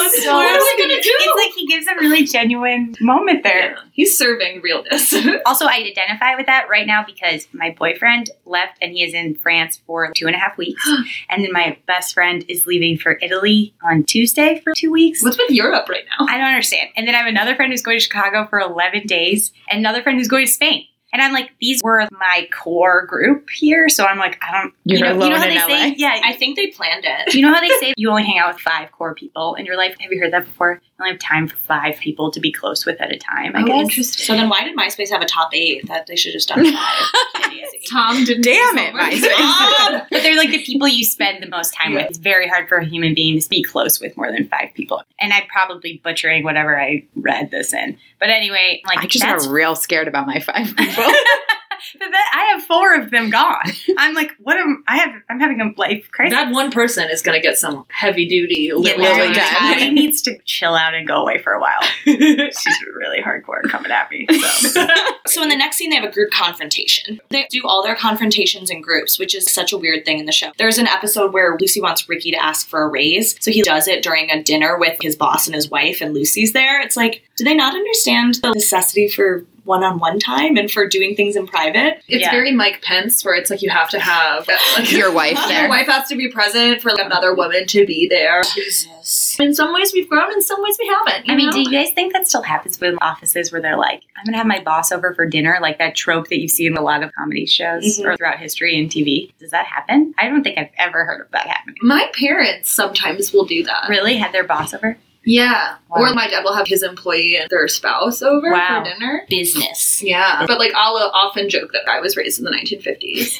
Speaker 4: It's so- What are we gonna do?
Speaker 3: It's like he gives a really genuine moment there.
Speaker 4: He's serving realness.
Speaker 3: Also, I identify with that right now because my boyfriend left and he is in France for two and a half weeks. and then my best friend is leaving for Italy on Tuesday for two weeks.
Speaker 4: What's with Europe right now?
Speaker 3: I don't understand. And then I have another friend who's going to Chicago for 11 days and another friend who's going to Spain. And I'm like, these were my core group here. So I'm like, I don't.
Speaker 5: You're
Speaker 3: know,
Speaker 5: alone
Speaker 3: you know how
Speaker 5: in
Speaker 3: they
Speaker 5: LA.
Speaker 3: say? Yeah.
Speaker 1: I think they planned it.
Speaker 3: you know how they say you only hang out with five core people in your life? Have you heard that before? You only have time for five people to be close with at a time,
Speaker 5: Oh,
Speaker 3: I guess.
Speaker 1: So then why did MySpace have a top eight that they should have just done five?
Speaker 4: Tom didn't.
Speaker 5: Damn it,
Speaker 1: Tom!
Speaker 3: But they're like the people you spend the most time with. It's very hard for a human being to be close with more than five people. And I'm probably butchering whatever I read this in. But anyway, like
Speaker 5: I just
Speaker 3: that's,
Speaker 5: got real scared about my five people.
Speaker 3: But that- I have four of them gone. I'm like, what am I have? I'm having a life crisis.
Speaker 4: That one person is gonna get some heavy duty
Speaker 3: Yeah,
Speaker 4: little
Speaker 5: Lily
Speaker 3: Lily
Speaker 5: Dunn.
Speaker 3: Dunn. needs to chill out and go away for a while. She's really hardcore coming at me. So.
Speaker 1: So in the next scene, they have a group confrontation. They do all their confrontations in groups, which is such a weird thing in the show. There's an episode where Lucy wants Ricky to ask for a raise, so he does it during a dinner with his boss and his wife, and Lucy's there. It's like, do they not understand the necessity for one on one time and for doing things in private.
Speaker 4: It's
Speaker 3: Yeah.
Speaker 4: very Mike Pence, where it's like you have to have like,
Speaker 5: Your wife
Speaker 4: Your
Speaker 5: there.
Speaker 4: wife has to be present for like, another woman to be there.
Speaker 1: Jesus.
Speaker 4: In some ways, we've grown. In some ways, we haven't. you
Speaker 3: I mean,
Speaker 4: know?
Speaker 3: do you guys think that still happens with offices where they're like, I'm going to have my boss over for dinner, like that trope that you see in a lot of comedy shows
Speaker 1: Mhm.
Speaker 3: or throughout history and TV? Does that happen? I don't think I've ever heard of that happening.
Speaker 4: my parents sometimes will do that.
Speaker 3: Really? Had their boss over?
Speaker 4: Yeah.
Speaker 3: Wow.
Speaker 4: Or my dad will have his employee and their spouse over
Speaker 3: Wow.
Speaker 4: for dinner.
Speaker 1: Business.
Speaker 4: Yeah. But like I'll uh, often joke that I was raised in the 1950s.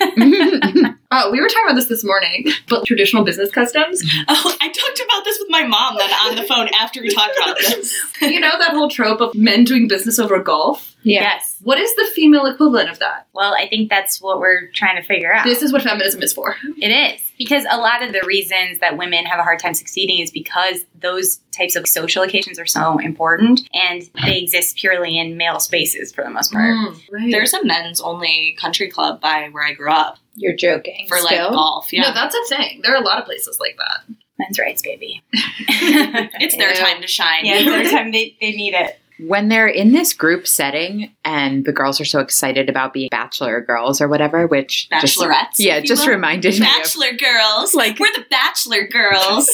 Speaker 4: oh, we were talking about this this morning, but traditional business customs.
Speaker 1: Oh, I talked about this with my mom then on the phone after we talked about this.
Speaker 4: you know that whole trope of men doing business over golf?
Speaker 5: yeah.
Speaker 3: Yes.
Speaker 4: What is the female equivalent of that?
Speaker 3: Well, I think that's what we're trying to figure out.
Speaker 4: This is what feminism is for.
Speaker 3: It is because a lot of the reasons that women have a hard time succeeding is because those types of social occasions are so important and they exist purely in male spaces for the most part.
Speaker 4: Mm. right.
Speaker 1: There's a men's only country club by where I grew up
Speaker 5: You're joking.
Speaker 1: for like
Speaker 5: Still?
Speaker 1: golf. Yeah.
Speaker 4: No, that's a thing. There are a lot of places like that.
Speaker 3: Men's rights, baby. yeah,
Speaker 1: it's their
Speaker 5: Yeah.
Speaker 1: time to shine.
Speaker 3: every time they, they need it.
Speaker 5: when they're in this group setting and the girls are so excited about being bachelor girls or whatever, which just-
Speaker 1: Bachelorettes.
Speaker 5: yeah,
Speaker 1: if you
Speaker 5: just
Speaker 1: will.
Speaker 5: reminded me of
Speaker 1: Bachelor girls, like we're the Bachelor girls.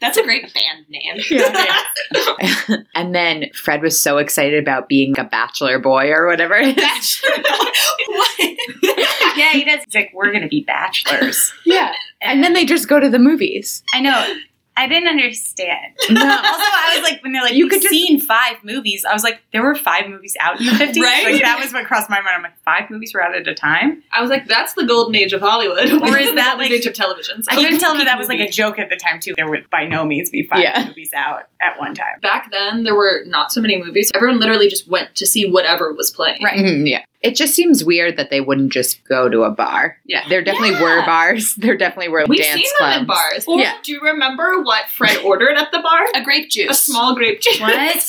Speaker 1: That's a great band name.
Speaker 5: and then Fred was so excited about being a bachelor boy or whatever.
Speaker 1: Bachelor. What?
Speaker 3: Yeah, he does. He's like, we're going to be bachelors.
Speaker 5: yeah. And then they just go to the movies.
Speaker 3: I know. I didn't understand.
Speaker 5: No.
Speaker 3: Also, I was like, when they're like,
Speaker 5: You
Speaker 3: you
Speaker 5: could
Speaker 3: could
Speaker 5: just-
Speaker 3: seen five movies. I was like, there were five movies out in the 50s.
Speaker 1: Right?
Speaker 3: Like, that was what crossed my mind. I'm like, five movies were out at a time?
Speaker 4: I was like, that's the golden age of Hollywood.
Speaker 3: Or is that,
Speaker 4: the golden
Speaker 3: like-
Speaker 4: age of television?
Speaker 3: I couldn't tell if that was like a
Speaker 4: movie.
Speaker 3: joke at the time too. There would by no means be five
Speaker 5: Yeah.
Speaker 3: movies out at one time.
Speaker 4: Back then, there were not so many movies. Everyone literally just went to see whatever was playing.
Speaker 3: Right.
Speaker 5: Mhm, yeah. It just seems weird that they wouldn't just go to a bar.
Speaker 4: Yeah.
Speaker 5: There definitely were
Speaker 1: Yeah.
Speaker 5: bars. There definitely were
Speaker 4: We've
Speaker 5: dance
Speaker 4: seen
Speaker 5: clubs.
Speaker 4: them in bars.
Speaker 5: Or- Yeah.
Speaker 4: Do you remember what Fred ordered at the bar?
Speaker 1: A grape juice.
Speaker 4: A small grape juice.
Speaker 3: What?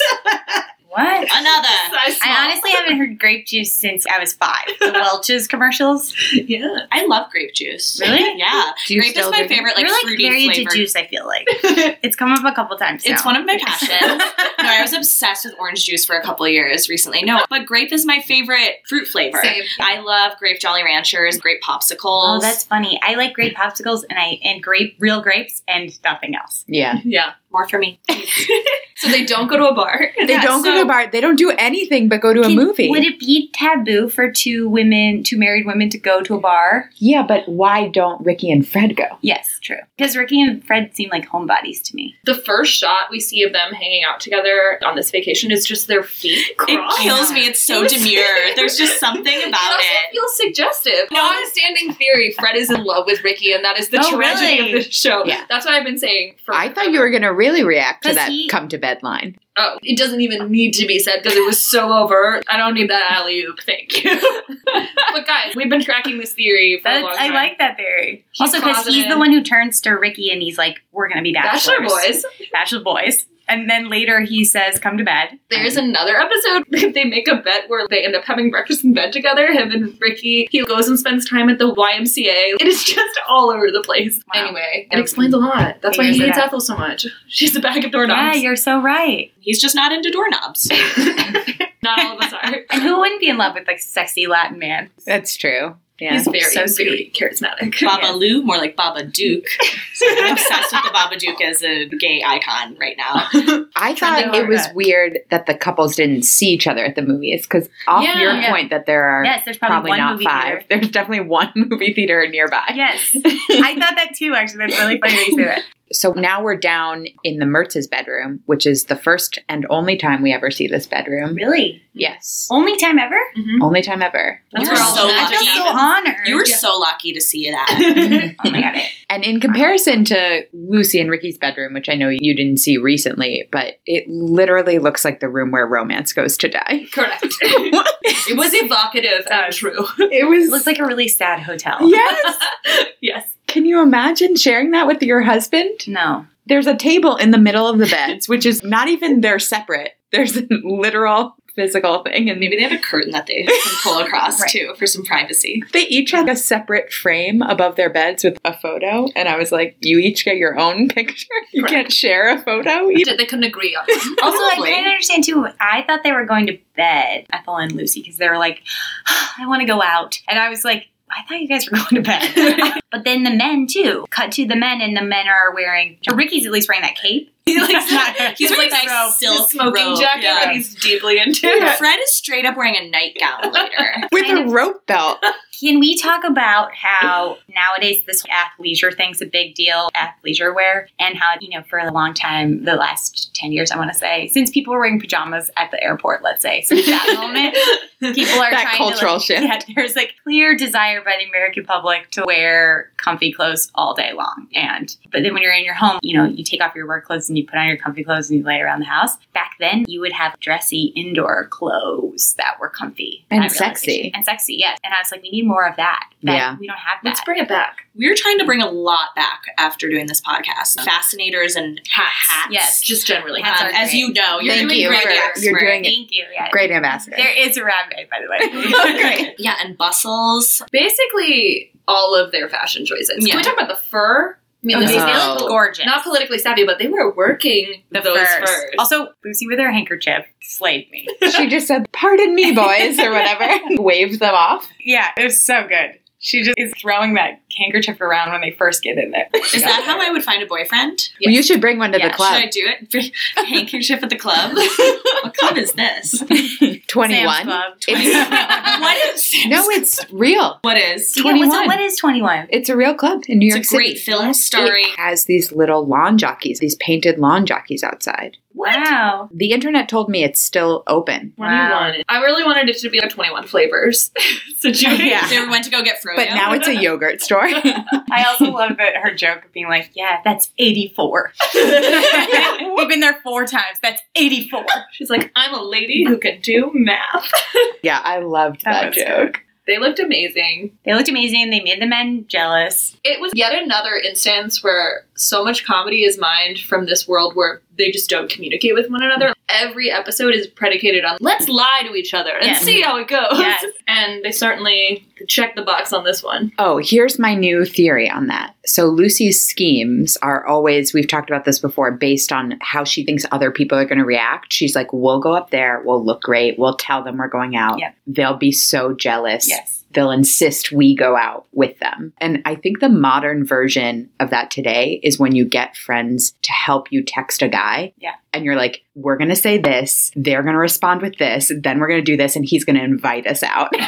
Speaker 3: what?
Speaker 1: Another.
Speaker 4: Size small.
Speaker 3: I honestly haven't heard grape juice since I was five. The Welch's commercials.
Speaker 4: yeah.
Speaker 1: I love grape juice.
Speaker 3: Really?
Speaker 1: Yeah.
Speaker 5: Do you
Speaker 1: grape is
Speaker 5: still
Speaker 1: my
Speaker 5: drink it?
Speaker 1: favorite, like,
Speaker 3: You're like
Speaker 1: fruity
Speaker 3: very into
Speaker 1: flavor.
Speaker 3: juice. I feel like it's come up a couple times.
Speaker 1: It's one of my passions. no, I was obsessed with orange juice for a couple of years recently. No, but grape is my favorite fruit flavor.
Speaker 4: Same.
Speaker 1: I love grape Jolly Ranchers, grape popsicles.
Speaker 3: Oh, that's funny. I like grape popsicles and I and grape real grapes and nothing else.
Speaker 5: Yeah.
Speaker 4: Yeah.
Speaker 1: more for me.
Speaker 4: So they don't go to a bar.
Speaker 5: They don't go to a bar. They don't do anything but go to
Speaker 3: Can-
Speaker 5: a movie.
Speaker 3: Would it be taboo for two women, two married women, to go to a bar?
Speaker 5: yeah, but why don't Ricky and Fred go?
Speaker 3: Yes, true. Because Ricky and Fred seem like homebodies to me.
Speaker 4: The first shot we see of them hanging out together on this vacation is just their feet crossed.
Speaker 1: It kills me. It's so demure. There's just something about
Speaker 4: also
Speaker 1: it.
Speaker 4: feels suggestive. Non-standing theory. Fred is in love with Ricky, and that is the
Speaker 3: Oh,
Speaker 4: tragedy
Speaker 3: really?
Speaker 4: of this show.
Speaker 5: Yeah.
Speaker 4: That's what I've been saying. For
Speaker 5: I thought you were going to really react to
Speaker 3: Does
Speaker 5: that
Speaker 3: he-
Speaker 5: come to bed line.
Speaker 4: Oh, it doesn't even need to be said because it was so overt. I don't need that alley oop. Thank you. but guys, we've been tracking this theory for a long
Speaker 3: That's, I
Speaker 4: time.
Speaker 3: like that theory.
Speaker 4: He's
Speaker 3: also, because he's
Speaker 4: positive.
Speaker 3: the one who turns to Ricky and he's like, "We're gonna be
Speaker 4: Bachelor
Speaker 3: bachelors,
Speaker 4: Boys.
Speaker 3: bachelor boys." And then later he says, "Come to bed."
Speaker 4: There's another episode. They make a bet where they end up having breakfast in bed together. Him and Ricky. He goes and spends time at the YMCA. It is just all over the place.
Speaker 3: Wow.
Speaker 4: Anyway, it explains a lot. That's why he
Speaker 3: Figures it
Speaker 4: hates
Speaker 3: out.
Speaker 4: Ethel so much. She's a bag of
Speaker 3: yeah,
Speaker 4: doorknobs.
Speaker 3: you're so right.
Speaker 1: He's just not into doorknobs.
Speaker 4: Not all of us are.
Speaker 3: And who wouldn't be in love with like sexy Latin man?
Speaker 5: That's true. Yeah.
Speaker 4: He's very,
Speaker 3: So
Speaker 4: very charismatic.
Speaker 1: Baba Lou, more like Baba Duke. I'm obsessed with the Baba Duke as a gay icon right now.
Speaker 5: I thought
Speaker 3: Trending
Speaker 5: it was
Speaker 3: hard.
Speaker 5: weird that the couples didn't see each other at the movies because off
Speaker 4: Yeah.
Speaker 5: your
Speaker 3: Yeah.
Speaker 5: point that there are
Speaker 3: Yes, there's
Speaker 5: probably,
Speaker 3: probably, one
Speaker 5: not
Speaker 3: movie
Speaker 5: five.
Speaker 3: theater.
Speaker 5: There's definitely one movie theater nearby.
Speaker 3: Yes, I thought that too. Actually, that's really funny that you say that.
Speaker 5: So now we're down in the Mertz's bedroom, which is the first and only time we ever see this bedroom.
Speaker 3: Really,
Speaker 5: Yes.
Speaker 3: only time ever.
Speaker 5: Only time ever.
Speaker 4: That's
Speaker 1: You're
Speaker 4: where all
Speaker 1: so
Speaker 4: the
Speaker 3: I
Speaker 4: magic
Speaker 3: feel so
Speaker 1: lucky.
Speaker 3: honored.
Speaker 1: You were so lucky to see that.
Speaker 4: happens.
Speaker 3: oh my god,
Speaker 5: And in comparison to Lucy and Ricky's bedroom, which I know you didn't see recently, but it literally looks like the room where romance goes to die.
Speaker 4: Correct. it was evocative and true.
Speaker 5: It
Speaker 3: it
Speaker 5: was
Speaker 3: looks like a really sad hotel.
Speaker 5: Yes.
Speaker 4: yes.
Speaker 5: Can you imagine sharing that with your husband?
Speaker 3: No,
Speaker 5: There's a table in the middle of the beds, which is not even they're separate. There's a literal physical thing, and
Speaker 1: Maybe they have a curtain that they can pull across
Speaker 5: Right.
Speaker 1: too for some privacy.
Speaker 5: They each had a separate frame above their beds with a photo, and I was like, "You each get your own picture. You can't share a photo."
Speaker 1: They couldn't agree on it.
Speaker 3: Also, I
Speaker 1: Probably.
Speaker 3: didn't understand too. I thought they were going to bed, Ethel and Lucy, because they were like, I want to go out. And I was like, I thought you guys were going to bed. but then the men, too. Cut to the men, and the men are wearing, or Ricky's at least wearing that cape.
Speaker 1: He likes that. He's wearing
Speaker 4: Nice
Speaker 1: that silk
Speaker 4: smoking
Speaker 1: robe.
Speaker 4: jacket
Speaker 1: Yeah.
Speaker 4: that he's deeply into.
Speaker 1: Fred is straight up wearing a nightgown later.
Speaker 5: With
Speaker 3: kind
Speaker 5: a
Speaker 3: of-
Speaker 5: rope belt.
Speaker 3: Can we talk about how nowadays this athleisure thing's a big deal, athleisure wear, and how, you know, for a long time, the last 10 years, I want to say, since people were wearing pajamas at the airport, let's say, since that moment, people are
Speaker 5: That
Speaker 3: trying
Speaker 5: cultural
Speaker 3: to, like,
Speaker 5: shift.
Speaker 3: Yeah, there's like clear desire by the American public to wear comfy clothes all day long. And but then when you're in your home, you know, you take off your work clothes and you put on your comfy clothes and you lay around the house. Back then, you would have dressy indoor clothes that were comfy
Speaker 5: And
Speaker 3: That realization.
Speaker 5: sexy.
Speaker 3: and sexy. Yes. And I was like, we need more of that. that
Speaker 5: Yeah.
Speaker 3: we don't have
Speaker 4: Let's
Speaker 3: that.
Speaker 4: bring it back.
Speaker 1: We're trying to bring a lot back after doing this podcast. Fascinators and hats.
Speaker 3: Yes.
Speaker 1: Just generally.
Speaker 3: Hats
Speaker 1: Um,
Speaker 3: are
Speaker 1: as
Speaker 3: great.
Speaker 1: you know, you're
Speaker 5: Thank
Speaker 1: doing
Speaker 5: you
Speaker 1: great
Speaker 5: for-
Speaker 1: at
Speaker 5: you're
Speaker 1: expert.
Speaker 5: doing it.
Speaker 3: Thank you. Yeah.
Speaker 5: Great ambassador.
Speaker 3: There is a rabbit, by the way.
Speaker 5: Okay.
Speaker 1: Yeah, and bustles.
Speaker 4: Basically, all of their fashion choices.
Speaker 1: Yeah.
Speaker 4: Can we talk about the fur? I mean,
Speaker 5: Okay.
Speaker 4: Lucy-
Speaker 5: Oh.
Speaker 3: They look gorgeous.
Speaker 4: not politically savvy, but they were working
Speaker 3: the
Speaker 4: those furs.
Speaker 3: furs. Also, Lucy with her handkerchief slayed me.
Speaker 5: she just said, "Pardon me, boys," or whatever, waved them off.
Speaker 3: Yeah, it was so good. She just is throwing that handkerchief around when they first get in there.
Speaker 1: Is that how I would find a boyfriend?
Speaker 5: Well, you should bring one to
Speaker 3: Yeah,
Speaker 5: the
Speaker 3: should
Speaker 5: club.
Speaker 1: Should I do it? Handkerchief at the club? what club is this?
Speaker 5: Twenty-one. It's-
Speaker 1: what is
Speaker 5: no, it's real.
Speaker 1: What is?
Speaker 5: Twenty-one.
Speaker 3: what is 21?
Speaker 5: It's a real club in New York
Speaker 1: It's a great
Speaker 5: City.
Speaker 1: film starring
Speaker 5: It has these little lawn jockeys, these painted lawn jockeys outside.
Speaker 3: Wow.
Speaker 5: The internet told me it's still open.
Speaker 4: 21. I really wanted it to be like 21 flavors. so Judy,
Speaker 3: Yeah.
Speaker 1: They went to go get Froyo.
Speaker 5: But now it's a yogurt store.
Speaker 3: I also love that her joke of being like, yeah, that's 84. We've been there four times. That's 84.
Speaker 4: she's like, I'm a lady who can do math.
Speaker 5: yeah, I loved that,
Speaker 3: That was
Speaker 5: joke.
Speaker 4: They looked amazing.
Speaker 3: They looked amazing. They made the men jealous.
Speaker 4: It was yet another instance where so much comedy is mined from this world where they just don't communicate with one another. Every episode is predicated on let's lie to each other and
Speaker 3: Yes.
Speaker 4: see how it goes.
Speaker 3: mm-hmm. Yes.
Speaker 4: And they certainly checked the box on this one.
Speaker 5: Oh, here's my new theory on that. So Lucy's schemes are always we've talked about this before based on how she thinks other people are going to react. She's like, "We'll go up there, we'll look great, we'll tell them we're going out.
Speaker 3: Yep.
Speaker 5: They'll be so jealous.
Speaker 3: Yes.
Speaker 5: They'll insist we go out with them." And I think the modern version of that today is when you get friends to help you text a guy.
Speaker 3: Yeah.
Speaker 5: And you're like, "We're going to say this, they're going to respond with this, then we're going to do this and he's going to invite us out."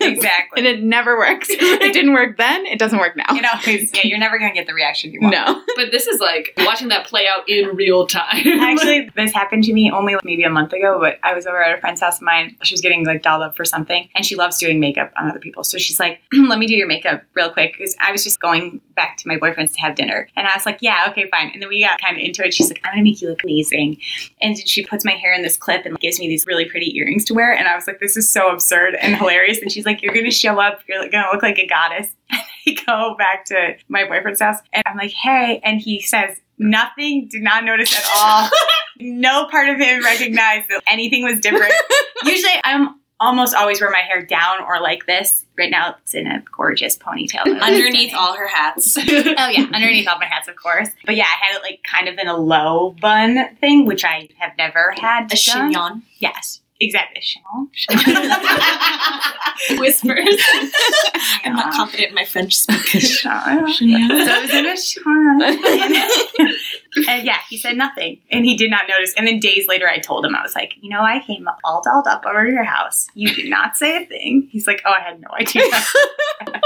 Speaker 3: Exactly.
Speaker 5: and it never works. it didn't work then. It doesn't work now.
Speaker 3: You know, yeah, you're never going to get the reaction you want.
Speaker 5: no.
Speaker 4: But this is like watching that play out in real time.
Speaker 3: Actually, this happened to me only like, maybe a month ago, but I was over at a friend's house of mine. She was getting like dolled up for something, and she loves doing makeup on other people. So she's like, "Let me do your makeup real quick," because I was just going back to my boyfriend's to have dinner, and I was like, "Yeah, okay, fine." And then we got kind of into it. She's like, "I'm gonna make you look amazing," and she puts my hair in this clip and gives me these really pretty earrings to wear, and I was like, "This is so absurd and hilarious." And she's like, "You're gonna show up. You're gonna look like a goddess." I go back to my boyfriend's house and I'm like, hey. And he says nothing, did not notice at all. no part of him recognized that anything was different. Usually I'm almost always wear my hair down or like this. Right now it's in a gorgeous ponytail.
Speaker 1: underneath all her hats.
Speaker 3: Oh yeah, underneath all my hats, of course. But yeah, I had it like kind of in a low bun thing, which I have never had.
Speaker 1: A
Speaker 3: done.
Speaker 1: chignon.
Speaker 3: Yes, exactly. Chignon.
Speaker 1: Whispers. I'm
Speaker 3: Chignon.
Speaker 1: not confident in my French speech.
Speaker 3: So I was in a shrine. and yeah, he said nothing. And he did not notice. And then days later, I told him, I was like, you know, I came all dolled up over to your house. You did not say a thing. He's like, oh, I had no idea.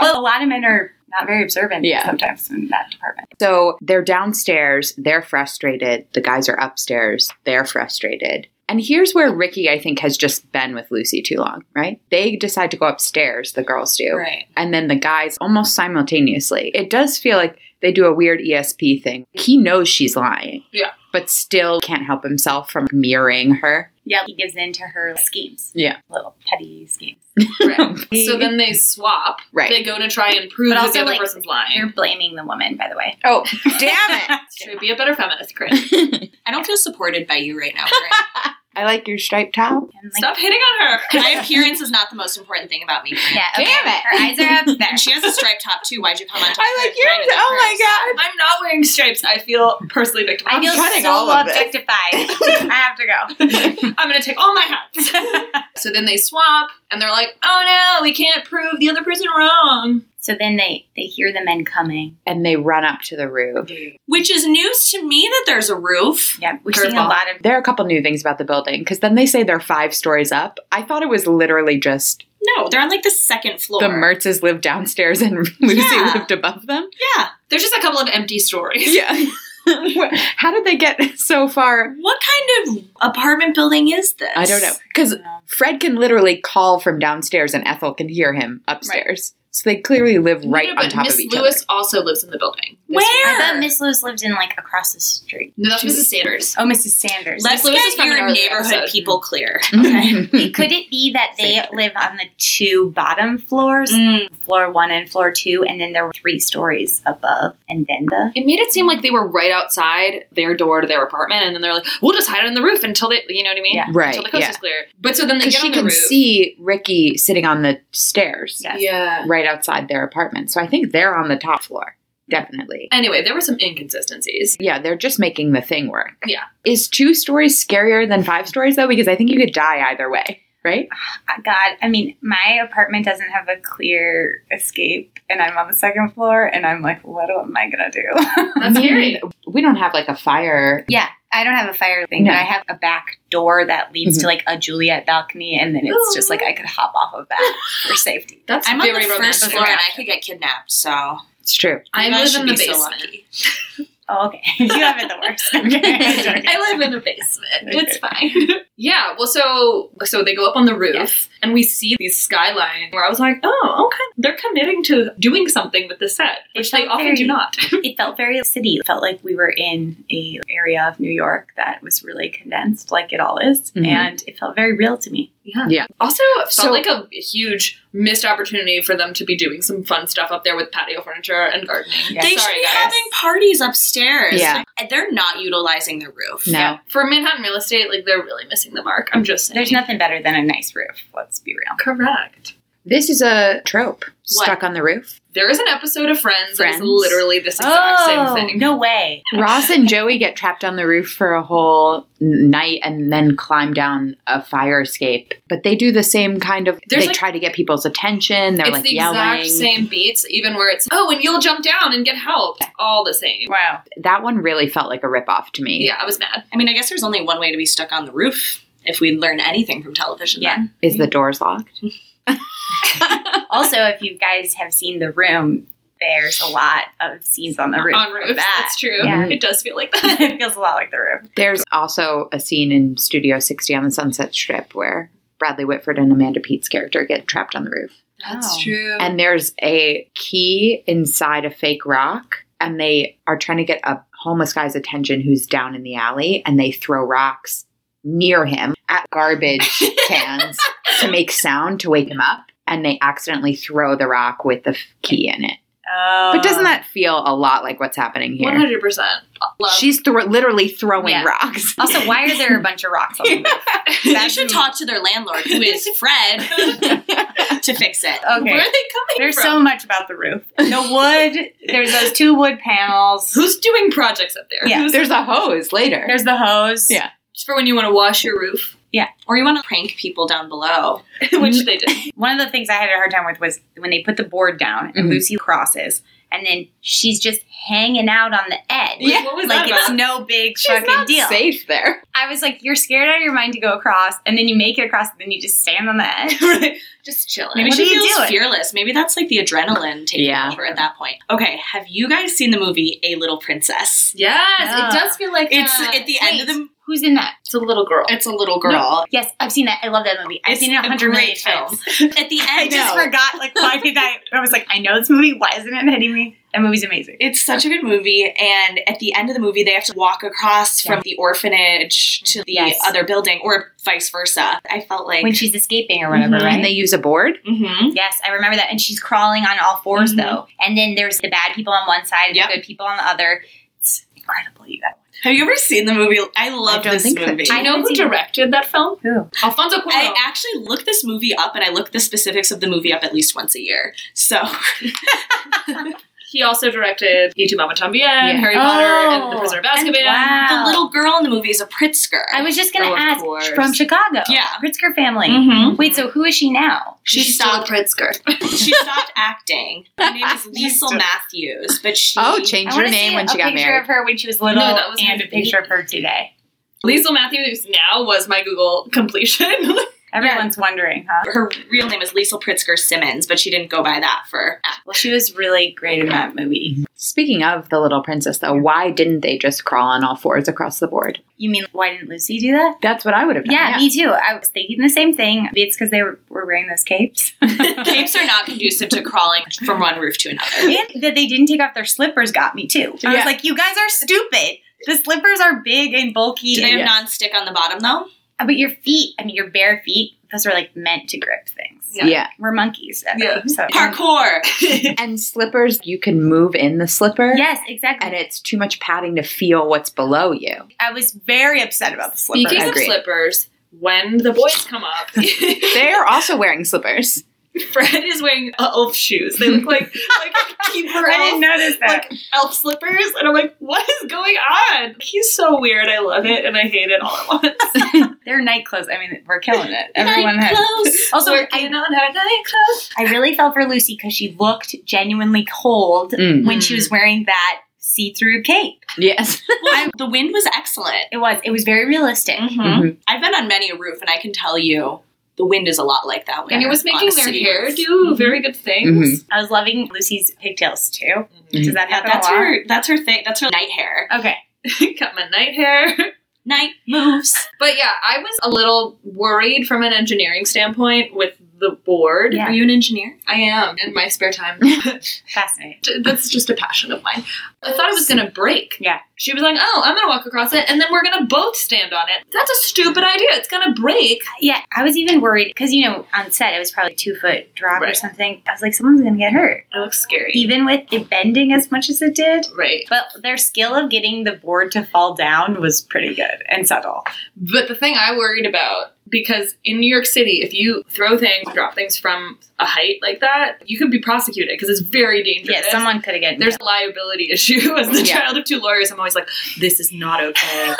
Speaker 3: well, a lot of men are not very observant
Speaker 5: Yeah.
Speaker 3: sometimes in that department.
Speaker 5: So they're downstairs, they're frustrated. The guys are upstairs, they're frustrated. And here's where Ricky, I think, has just been with Lucy too long, right? They decide to go upstairs, the girls do.
Speaker 1: right.
Speaker 5: And then the guys almost simultaneously. It does feel like they do a weird ESP thing. He knows she's lying.
Speaker 4: Yeah.
Speaker 5: But still can't help himself from mirroring her.
Speaker 3: Yeah, he gives in to her schemes.
Speaker 5: Yeah. Mm-hmm.
Speaker 3: Little petty schemes.
Speaker 4: so then they swap.
Speaker 5: Right.
Speaker 4: They go to try and prove
Speaker 3: But
Speaker 4: that
Speaker 3: also,
Speaker 4: the other
Speaker 3: like,
Speaker 4: person's lying.
Speaker 3: You're blaming the woman, by the way.
Speaker 5: Oh, damn
Speaker 4: Should be a better feminist, Chris.
Speaker 5: it.
Speaker 1: I don't feel supported by you right now, Corinne.
Speaker 5: I like your striped top.
Speaker 3: I'm like,
Speaker 1: Stop hitting on her. My appearance is not the most important thing about me.
Speaker 3: Yeah, okay.
Speaker 5: Damn it.
Speaker 3: Her eyes are up there.
Speaker 1: And she has a striped top too. Why'd you come on top?
Speaker 5: I
Speaker 1: of
Speaker 5: like
Speaker 1: her? Mine
Speaker 5: yours.
Speaker 1: isn't
Speaker 5: Oh my
Speaker 1: hers.
Speaker 5: god.
Speaker 1: I'm not wearing stripes. I feel personally
Speaker 3: I
Speaker 1: victimized.
Speaker 3: feel
Speaker 5: cutting
Speaker 3: so
Speaker 5: all of it.
Speaker 3: objectified. I have to go.
Speaker 1: I'm gonna take all my hats. so then they swap, and they're like, "Oh no, we can't prove the other person wrong,"
Speaker 3: So then they they hear the men coming.
Speaker 5: And they run up to the roof.
Speaker 1: which is news to me that there's a roof.
Speaker 3: Yeah, we've seen a
Speaker 1: Curveball.
Speaker 3: lot of
Speaker 5: There are a couple new things about the building because then they say they're five stories up. I thought it was literally just
Speaker 1: No, they're on like the second floor.
Speaker 5: the Mertzes lived downstairs and Lucy
Speaker 1: Yeah.
Speaker 5: lived above them.
Speaker 1: yeah, there's just a couple of empty stories.
Speaker 5: Yeah. What- How did they get so far?
Speaker 1: What kind of apartment building is this?
Speaker 5: I don't know. Because Fred can literally call from downstairs and Ethel can hear him upstairs. So they clearly live right
Speaker 4: No,
Speaker 5: on
Speaker 4: but
Speaker 5: top
Speaker 4: Miss
Speaker 5: of each
Speaker 4: Lewis
Speaker 5: other.
Speaker 4: also lives in the building. This-
Speaker 3: I thought
Speaker 1: Where?
Speaker 3: Miss Lewis lived in like across the street.
Speaker 4: No, that's Mrs. Sanders.
Speaker 3: Oh, Mrs. Sanders.
Speaker 1: Let's
Speaker 4: Lewis is
Speaker 1: get
Speaker 4: from an
Speaker 1: your
Speaker 4: earlier
Speaker 1: neighborhood
Speaker 4: episode.
Speaker 1: people clear.
Speaker 3: Could it be that they live on the two bottom floors,
Speaker 5: Mm.
Speaker 4: Mm.
Speaker 3: floor one and floor two, and then there were three stories above, and then the
Speaker 4: It made it seem like they were right outside their door to their apartment, and then they're like, "We'll just hide on the roof until they," you know what I mean?
Speaker 3: Yeah.
Speaker 5: right.
Speaker 4: Until the coast
Speaker 5: Yeah.
Speaker 4: is clear. But so then they
Speaker 5: Because
Speaker 4: get
Speaker 5: she
Speaker 4: on the
Speaker 5: can
Speaker 4: roof.
Speaker 5: see Ricky sitting on the stairs
Speaker 3: Yes.
Speaker 4: Yeah.
Speaker 5: right outside their apartment. So I think they're on the top floor. Definitely.
Speaker 4: Anyway, there were some inconsistencies.
Speaker 5: Yeah, they're just making the thing work.
Speaker 4: Yeah.
Speaker 5: Is two stories scarier than five stories though? Because I think you could die either way, right?
Speaker 3: Uh, God. I mean, my apartment doesn't have a clear escape, and I'm on the second floor, and I'm like, what am I gonna do?
Speaker 4: That's scary.
Speaker 5: We don't have like a fire.
Speaker 3: yeah, I don't have a fire thing,
Speaker 5: No.
Speaker 3: but I have a back door that leads to like a Juliet balcony, and then it's just like I could hop off of that for safety.
Speaker 4: That's
Speaker 1: I'm on
Speaker 4: very
Speaker 1: the first
Speaker 4: romantic.
Speaker 1: floor and I could get kidnapped. So
Speaker 5: It's true.
Speaker 4: I
Speaker 1: You
Speaker 4: live
Speaker 1: guys
Speaker 4: in
Speaker 1: should
Speaker 4: the
Speaker 1: be so
Speaker 4: basement.
Speaker 1: lucky.
Speaker 3: Oh, okay. you have it the worst. Okay.
Speaker 4: I live in a basement. It's fine. yeah. Well, so so they go up on the roof and we see the skyline where I was like, oh, okay, they're committing to doing something with the set, which
Speaker 3: It's
Speaker 4: they often
Speaker 3: very-
Speaker 4: do not.
Speaker 3: it felt very city. It felt like we were in a area of New York that was really condensed, like it all is,
Speaker 5: Mhm.
Speaker 3: and it felt very real to me.
Speaker 4: Yeah.
Speaker 5: Yeah.
Speaker 4: Also, it felt
Speaker 5: So-
Speaker 4: like a huge missed opportunity for them to be doing some fun stuff up there with patio furniture and gardening.
Speaker 3: Yeah.
Speaker 1: They
Speaker 4: Sorry,
Speaker 1: should be
Speaker 4: guys.
Speaker 1: having parties upstairs.
Speaker 5: Yeah.
Speaker 1: Like, they're not utilizing the roof.
Speaker 5: No.
Speaker 4: Yeah. For Manhattan real estate, like they're really missing the mark. I'm just saying.
Speaker 3: There's nothing better than a nice roof. Let's be real.
Speaker 4: correct.
Speaker 5: This is a trope. Stuck on the roof.
Speaker 4: There is an episode of Friends, that is
Speaker 5: Friends?
Speaker 4: literally this exact
Speaker 3: Oh,
Speaker 4: same thing.
Speaker 3: no way!
Speaker 5: Ross and Joey get trapped on the roof for a whole n- night and then climb down a fire escape. But they do the same kind of.
Speaker 4: There's,
Speaker 5: they
Speaker 4: like-
Speaker 5: try to get people's attention. They're
Speaker 4: it's
Speaker 5: like
Speaker 4: the
Speaker 5: yelling.
Speaker 4: exact same beats, even where it's oh, and you'll jump down and get help. All the same.
Speaker 3: Wow.
Speaker 5: That one really felt like a ripoff to me.
Speaker 4: Yeah, I was mad.
Speaker 1: I mean, I guess there's only one way to be stuck on the roof if we learn anything from television.
Speaker 3: Yeah.
Speaker 1: then.
Speaker 5: Is the doors locked?
Speaker 3: Also, if you guys have seen the room, there's a lot of scenes on the roof.
Speaker 4: On
Speaker 3: of
Speaker 4: roofs,
Speaker 3: that.
Speaker 4: that's true.
Speaker 3: Yeah.
Speaker 4: It does feel like that.
Speaker 3: it feels a lot like the roof.
Speaker 5: There's also a scene in Studio 60 on the Sunset Strip where Bradley Whitford and Amanda Pete's character get trapped on the roof.
Speaker 3: That's
Speaker 4: true.
Speaker 5: And there's a key inside a fake rock, and they are trying to get a homeless guy's attention who's down in the alley, and they throw rocks near him at garbage cans to make sound to wake him up. And they accidentally throw the rock with the f- key in it.
Speaker 3: Oh,
Speaker 5: But doesn't that feel a lot like what's happening
Speaker 4: Uh. One
Speaker 5: here?
Speaker 4: hundred percent.
Speaker 5: She's thro- literally throwing
Speaker 3: Yeah.
Speaker 5: rocks.
Speaker 3: Also, why are there a bunch of rocks on the roof?
Speaker 1: They should talk to their landlord, who is Fred, to fix it.
Speaker 3: Okay.
Speaker 4: Where are they coming
Speaker 3: There's
Speaker 4: from?
Speaker 3: so much about the roof. The wood. There's those two wood panels.
Speaker 4: Who's doing projects up there?
Speaker 3: Yeah.
Speaker 4: Who's
Speaker 5: There's a hose later.
Speaker 3: There's the hose.
Speaker 5: Yeah.
Speaker 4: just for when you want to wash your roof,
Speaker 1: Or you want to prank people down below.
Speaker 4: which they did.
Speaker 3: One of the things I had a hard time with was when they put the board down and
Speaker 5: Mhm.
Speaker 3: Lucy crosses, and then she's just hanging out on the edge.
Speaker 4: Yeah. What was
Speaker 3: Like
Speaker 4: that
Speaker 3: it's
Speaker 4: about?
Speaker 3: no big
Speaker 5: She's
Speaker 3: fucking
Speaker 5: not
Speaker 3: deal.
Speaker 5: safe there.
Speaker 3: I was like, you're scared out of your mind to go across, and then you make it across, and then you just stand on the edge.
Speaker 4: Just chilling.
Speaker 1: Maybe
Speaker 3: What
Speaker 1: she
Speaker 3: are you
Speaker 1: feels
Speaker 3: doing?
Speaker 1: fearless. Maybe that's like the adrenaline taking
Speaker 5: Yeah.
Speaker 1: over at that point. Okay, have you guys seen the movie A Little Princess?
Speaker 4: Yes,
Speaker 3: Yeah.
Speaker 4: it does feel like
Speaker 1: It's
Speaker 3: Uh,
Speaker 4: that.
Speaker 1: at the end of the.
Speaker 3: Who's in that?
Speaker 4: It's a little girl.
Speaker 1: It's a little girl.
Speaker 3: Yes, I've seen that. I love that movie. I've
Speaker 1: It's
Speaker 3: seen it a
Speaker 1: a
Speaker 3: hundred million
Speaker 1: great film.
Speaker 3: times.
Speaker 1: At the
Speaker 3: I
Speaker 1: end,
Speaker 3: just forgot. Like, why did I? I was like, I know this movie. Why isn't it hitting me? That movie's amazing.
Speaker 1: It's such a good movie, and at the end of the movie, they have to walk across from the orphanage to the
Speaker 3: Yes.
Speaker 1: other building, or vice versa. I felt like
Speaker 3: When she's escaping or whatever,
Speaker 1: Mhm.
Speaker 3: right?
Speaker 5: And they use a board.
Speaker 1: hmm
Speaker 3: Mm-hmm. Yes, I remember that. And she's crawling on all 4s
Speaker 1: Mhm.
Speaker 3: though. And then there's the bad people on one side and
Speaker 1: Yep.
Speaker 3: the good people on the other. It's incredible, you guys.
Speaker 1: Have you ever seen the movie? I love
Speaker 5: I don't
Speaker 1: this
Speaker 5: think so.
Speaker 1: movie.
Speaker 5: I
Speaker 4: You know who directed that film?
Speaker 5: Who?
Speaker 4: Alfonso Cuarón.
Speaker 1: I actually look this movie up and I look the specifics of the movie up at least once a year. So
Speaker 4: he also directed Y tu mamá también,
Speaker 5: Yeah.
Speaker 4: Harry Potter,
Speaker 3: Oh.
Speaker 4: and The Prisoner of Azkaban.
Speaker 1: the little girl in the movie is a Pritzker.
Speaker 3: I was just going
Speaker 4: Oh,
Speaker 3: to
Speaker 4: of
Speaker 3: ask
Speaker 4: course.
Speaker 3: from Chicago.
Speaker 1: Yeah.
Speaker 3: Pritzker family.
Speaker 1: Mhm.
Speaker 3: Wait, so who is she now?
Speaker 1: She
Speaker 3: She's still
Speaker 1: stopped Pritzker. she stopped acting. Her name is Liesel Matthews, but she
Speaker 5: Oh, change
Speaker 3: I
Speaker 5: her
Speaker 3: wanna
Speaker 5: name
Speaker 3: see
Speaker 5: when
Speaker 3: a
Speaker 5: she got
Speaker 3: picture
Speaker 5: married.
Speaker 3: of her when she was little
Speaker 4: No, that was
Speaker 3: and
Speaker 4: her
Speaker 3: a picture of her today.
Speaker 4: Liesl Matthews now was my Google completion.
Speaker 3: Everyone's wondering, huh?
Speaker 1: her real name is Liesel Pritzker Simmons, but she didn't go by that for
Speaker 3: Well, she was really great in that movie.
Speaker 5: Speaking of the little princess, though, why didn't they just crawl on all fours across the board?
Speaker 3: You mean why didn't Lucy do that?
Speaker 5: That's what I would have done.
Speaker 3: Yeah, me too. I was thinking the same thing. Maybe it's because they were, were wearing those capes.
Speaker 1: capes are not conducive to crawling from one roof to another.
Speaker 3: and that they didn't take off their slippers got me too. I
Speaker 5: Yeah.
Speaker 3: was like, you guys are stupid. The slippers are big and bulky.
Speaker 1: Do they have
Speaker 5: Yeah.
Speaker 1: non-stick on the bottom though?
Speaker 3: but your feet, I mean, your bare feet, those are like meant to grip things.
Speaker 5: Yeah. Yeah.
Speaker 3: We're monkeys. I think, So.
Speaker 1: Parkour.
Speaker 5: And slippers, you can move in the slipper.
Speaker 3: Yes, exactly.
Speaker 5: And it's too much padding to feel what's below you.
Speaker 3: I was very upset about the slipper.
Speaker 4: Speaking of
Speaker 5: Agreed.
Speaker 4: slippers, when the boys come up,
Speaker 5: They are also wearing slippers.
Speaker 4: Fred is wearing uh, elf shoes. They look like like keeper
Speaker 3: I didn't
Speaker 4: elf,
Speaker 3: notice that.
Speaker 4: like elf slippers, and I'm like, what is going on? He's so weird. I love it and I hate it all at once.
Speaker 3: They're night clothes. I mean, we're killing it. Everyone has. Also, I,
Speaker 4: Working on our nightclub.
Speaker 3: I really felt for Lucy because she looked genuinely cold
Speaker 5: Mm.
Speaker 3: when she was wearing that see-through cape.
Speaker 5: Yes.
Speaker 1: Well, the wind was excellent.
Speaker 3: It was. It was very realistic.
Speaker 1: Mhm.
Speaker 4: Mm-hmm.
Speaker 5: Mhm.
Speaker 1: I've been on many a roof, and I can tell you the wind is a lot like that.
Speaker 4: And it
Speaker 1: there
Speaker 4: was
Speaker 1: on
Speaker 4: making
Speaker 1: a
Speaker 4: their
Speaker 1: city
Speaker 4: hair
Speaker 1: roof.
Speaker 4: do
Speaker 3: Mm-hmm.
Speaker 4: very good things.
Speaker 3: I was loving Lucy's pigtails too. Does that
Speaker 1: Yeah,
Speaker 3: happen
Speaker 1: that's
Speaker 3: a lot?
Speaker 1: her. That's her thing. That's her night hair.
Speaker 3: Okay. Mm-hmm.
Speaker 4: Cut my night hair.
Speaker 1: Night moves.
Speaker 4: But yeah, I was a little worried from an engineering standpoint with the board.
Speaker 3: Yeah.
Speaker 1: Are you an engineer?
Speaker 4: I am in my spare time.
Speaker 3: Fascinating.
Speaker 4: That's just a passion of mine. I thought it was gonna break.
Speaker 3: Yeah.
Speaker 4: She was like, "Oh, I'm gonna walk across it, and then we're gonna both stand on it." That's a stupid idea. It's gonna break.
Speaker 3: Yeah, I was even worried because you know on set it was probably two foot drop or
Speaker 4: Right.
Speaker 3: something. I was like, someone's gonna get hurt,
Speaker 4: It looks scary.
Speaker 3: even with it bending as much as it did.
Speaker 4: Right.
Speaker 3: But their skill of getting the board to fall down was pretty good and subtle.
Speaker 4: But the thing I worried about because in New York City, if you throw things, drop things from a height like that, you could be prosecuted because it's very dangerous.
Speaker 3: Yeah, someone could have gotten.
Speaker 4: There's a liability issue. As the
Speaker 5: Yeah.
Speaker 4: child of two lawyers, I'm always like, "This is not okay."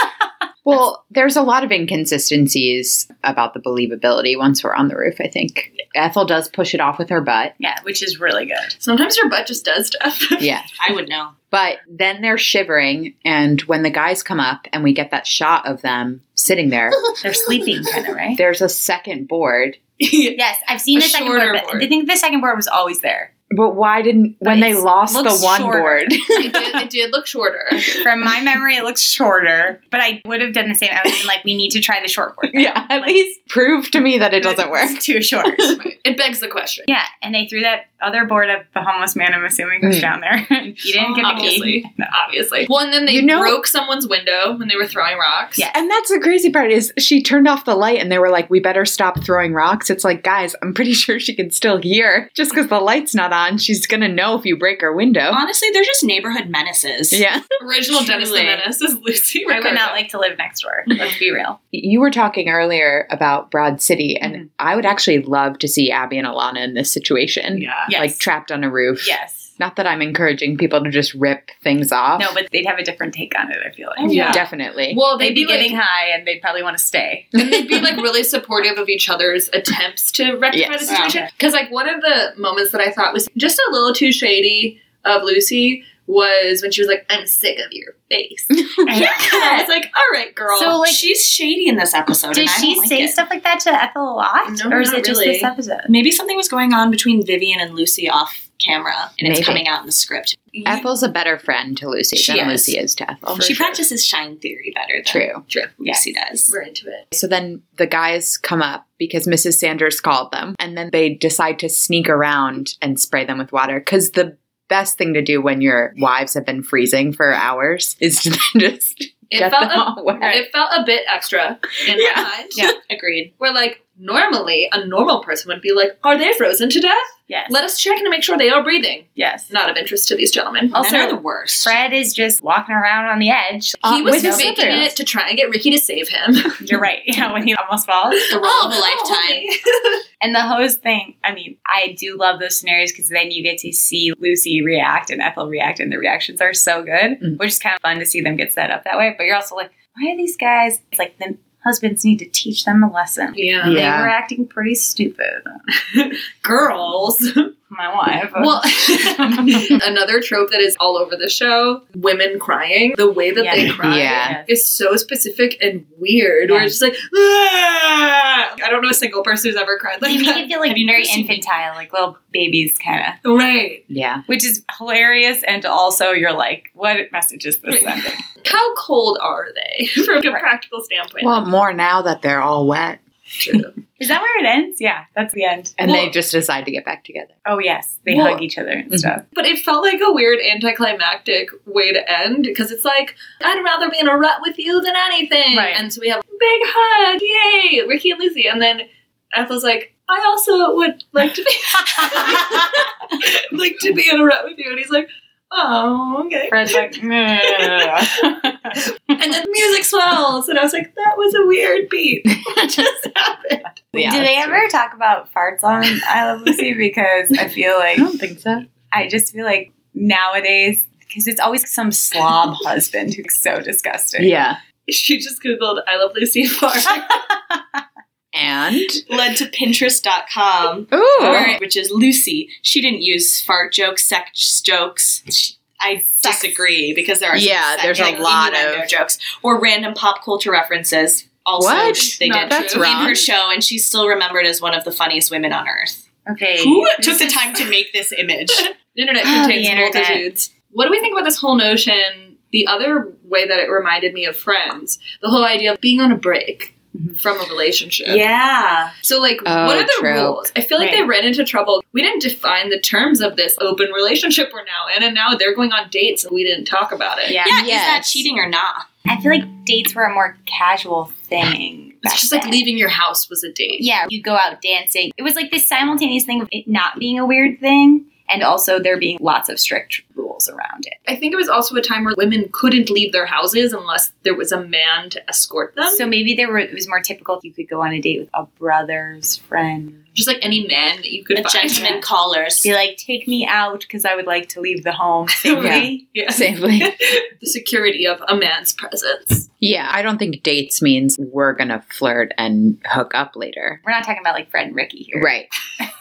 Speaker 5: Well, there's a lot of inconsistencies about the believability once we're on the roof, I think. Ethel does push it off with her butt.
Speaker 3: yeah, which is really good.
Speaker 4: Sometimes your butt just does stuff.
Speaker 5: Yeah.
Speaker 1: I would know.
Speaker 5: But then they're shivering, and when the guys come up and we get that shot of them sitting there,
Speaker 3: They're sleeping kind of right.
Speaker 5: there's a second board.
Speaker 3: Yes, I've seen
Speaker 4: A
Speaker 3: the second
Speaker 4: shorter
Speaker 3: board, but
Speaker 4: board.
Speaker 3: I think the second board was always there.
Speaker 5: But why didn't, when they
Speaker 3: it's-
Speaker 5: lost the
Speaker 3: looks
Speaker 5: one
Speaker 3: shorter.
Speaker 5: board,
Speaker 4: it, did, it did look shorter.
Speaker 3: From my memory, it looks shorter, but I would have done the same. I would have been like, we need to try the short board.
Speaker 5: yeah, at least prove to me that it doesn't work.
Speaker 3: It's too short.
Speaker 4: It begs the question.
Speaker 3: yeah, and they threw that other board at the homeless man, I'm assuming, was
Speaker 5: Mm.
Speaker 3: down there. he didn't get the key.
Speaker 4: Obviously, obviously. Well, and then they
Speaker 5: You know-
Speaker 4: broke someone's window when they were throwing rocks.
Speaker 3: Yeah.
Speaker 5: And that's the crazy part is she turned off the light and they were like, we better stop throwing rocks. It's like, guys, I'm pretty sure she can still hear. Just because the light's not on, she's going to know if you break her window.
Speaker 1: Honestly, they're just neighborhood menaces.
Speaker 5: Yeah.
Speaker 4: Original Dennis the
Speaker 1: Truly.
Speaker 4: Menace is Lucy.
Speaker 3: I would
Speaker 4: Ricardo.
Speaker 3: not like to live next door. Let's be real.
Speaker 5: You were talking earlier about Broad City, and I would actually love to see Abby and Alana in this situation.
Speaker 4: Yeah.
Speaker 3: Yes.
Speaker 5: Like trapped on a roof.
Speaker 3: yes.
Speaker 5: Not that I'm encouraging people to just rip things off.
Speaker 3: No, but they'd have a different take on it, I feel like.
Speaker 1: Oh, yeah.
Speaker 5: Definitely.
Speaker 4: Well,
Speaker 3: They'd, be,
Speaker 4: like,
Speaker 3: getting high and they'd probably want to stay.
Speaker 4: and they'd be like really supportive of each other's attempts to rectify
Speaker 5: Yes.
Speaker 4: the situation. Because like one of the moments that I thought was just a little too shady of Lucy was when she was like, "I'm sick of your face." yeah, I was like, "All right, girl."
Speaker 3: So, like-
Speaker 1: she's shady in this episode.
Speaker 3: Does
Speaker 1: and I
Speaker 3: she
Speaker 1: don't like
Speaker 3: say
Speaker 1: it.
Speaker 3: stuff like that to Ethel a lot?
Speaker 4: No,
Speaker 3: or is
Speaker 4: not
Speaker 3: it just
Speaker 4: really.
Speaker 3: this episode?
Speaker 1: Maybe something was going on between Vivian and Lucy off camera, and
Speaker 5: Maybe.
Speaker 1: it's coming out in the script.
Speaker 5: Ethel's a better friend to Lucy
Speaker 1: She
Speaker 5: than
Speaker 1: is.
Speaker 5: Lucy is to
Speaker 4: Oh,
Speaker 5: Ethel.
Speaker 1: she practices shine theory better than
Speaker 5: True.
Speaker 1: Lucy does.
Speaker 4: we're into it.
Speaker 5: So then the guys come up because Mrs. Sanders called them, and then they decide to sneak around and spray them with water because the best thing to do when your wives have been freezing for hours is to just
Speaker 4: It
Speaker 5: get
Speaker 4: felt
Speaker 5: them
Speaker 4: a,
Speaker 5: all wet.
Speaker 4: it felt a bit extra in
Speaker 5: Yeah.
Speaker 4: my mind.
Speaker 1: Yeah, agreed.
Speaker 4: We're like, normally a normal person would be like, Are they frozen to death?
Speaker 3: Yes.
Speaker 4: Let us check and make sure they are breathing.
Speaker 3: Yes.
Speaker 4: Not of interest to these gentlemen.
Speaker 3: Also-
Speaker 1: Men are the worst.
Speaker 3: Fred is just walking around on the edge.
Speaker 4: he
Speaker 3: Uh,
Speaker 4: was
Speaker 3: with no
Speaker 4: faking
Speaker 3: slippers.
Speaker 4: it to try and get Ricky to save him. Oh,
Speaker 3: You're right. Yeah, when he almost falls.
Speaker 1: The role of a lifetime.
Speaker 3: And the hose thing, I mean, I do love those scenarios because then you get to see Lucy react and Ethel react, and the reactions are so good,
Speaker 5: Mm.
Speaker 3: which is kind of fun to see them get set up that way. But you're also like, why are these guys? It's like the husbands need to teach them a lesson.
Speaker 4: yeah.
Speaker 3: They
Speaker 5: Yeah.
Speaker 3: were acting pretty stupid.
Speaker 4: Girls.
Speaker 3: My wife.
Speaker 4: Well, another trope that is all over the show women crying. The way that they
Speaker 3: Yeah.
Speaker 4: cry
Speaker 5: Yeah.
Speaker 4: is so specific and weird. Where
Speaker 3: Yeah.
Speaker 4: it's just like, "Ah!" I don't know a single person who's ever cried
Speaker 3: they
Speaker 4: like
Speaker 3: make
Speaker 4: that.
Speaker 3: it feel like
Speaker 4: Have you
Speaker 3: very
Speaker 4: ever seen-
Speaker 3: infantile, like little babies, kind of,
Speaker 4: Right.
Speaker 5: Yeah.
Speaker 3: which is hilarious. And also, you're like, what message is this sending?
Speaker 4: How cold are they from a practical standpoint?
Speaker 5: Well, more now that they're all wet
Speaker 3: Is that where it ends? Yeah, that's the end.
Speaker 5: and
Speaker 4: Well-
Speaker 5: they just decide to get back together.
Speaker 3: Oh yes, they
Speaker 4: Well-
Speaker 3: hug each other and
Speaker 5: Mhm.
Speaker 3: stuff.
Speaker 4: But it felt like a weird anticlimactic way to end because it's like, I'd rather be in a rut with you than anything.
Speaker 3: Right.
Speaker 4: And so we have a big hug, yay, Ricky and Lucy. And then Ethel's like, I also would like to be like to be in a rut with you. And he's like, Oh, okay.
Speaker 3: Fred's like, mm.
Speaker 4: And then the music swells. And I was like, that was a weird beat. What just happened?
Speaker 5: Yeah,
Speaker 3: Do they
Speaker 5: that's
Speaker 3: ever talk about farts on I Love Lucy? Because I feel like
Speaker 5: I don't think so.
Speaker 3: I just feel like nowadays because it's always some slob husband who's so disgusting.
Speaker 5: Yeah.
Speaker 4: She just Googled I love Lucy Farr.
Speaker 5: And
Speaker 1: Led to Pinterest.com,
Speaker 5: ooh,
Speaker 1: where- which is Lucy. She didn't use fart jokes, sex jokes. She, I disagree because there are some
Speaker 5: Yeah,
Speaker 1: sex-
Speaker 5: there's a
Speaker 1: like,
Speaker 5: lot
Speaker 1: innuendo
Speaker 5: of-
Speaker 1: jokes or random pop culture references. Also,
Speaker 5: What?
Speaker 1: they
Speaker 4: Not
Speaker 1: did
Speaker 5: that's
Speaker 4: true.
Speaker 1: in
Speaker 5: wrong.
Speaker 1: her show, and she's still remembered as one of the funniest women on earth.
Speaker 3: Okay.
Speaker 1: Who took the time to make this image?
Speaker 4: The internet
Speaker 3: Oh,
Speaker 4: contains
Speaker 3: the internet.
Speaker 4: multitudes. What do we think about this whole notion? The other way that it reminded me of friends, the whole idea of being on a break
Speaker 3: Mm-hmm.
Speaker 4: from a relationship.
Speaker 1: yeah.
Speaker 4: So, like,
Speaker 5: Oh,
Speaker 4: what are the
Speaker 5: true.
Speaker 4: rules? I feel like they ran into trouble. We didn't define the terms of this open relationship we're now in, and now they're going on dates, and we didn't talk about it.
Speaker 3: Yeah.
Speaker 1: Yeah, is that
Speaker 5: Yes.
Speaker 1: cheating or not?
Speaker 3: I feel like dates were a more casual thing. back
Speaker 4: It's just like
Speaker 3: then.
Speaker 4: leaving your house was a date.
Speaker 3: Yeah, you go out dancing. It was like this simultaneous thing of it not being a weird thing and also there being lots of strict rules around it.
Speaker 4: I think it was also a time where women couldn't leave their houses unless there was a man to escort them.
Speaker 3: So maybe there were it was more typical you could go on a date with a brother's friend.
Speaker 4: just like any man that you could
Speaker 1: The
Speaker 4: find.
Speaker 1: gentleman callers.
Speaker 3: Be like, take me out because I would like to leave the home safely.
Speaker 4: Yeah.
Speaker 5: safely.
Speaker 4: the security of a man's presence.
Speaker 5: Yeah, I don't think dates means we're gonna flirt and hook up later.
Speaker 3: We're not talking about like Fred and Ricky here.
Speaker 5: Right.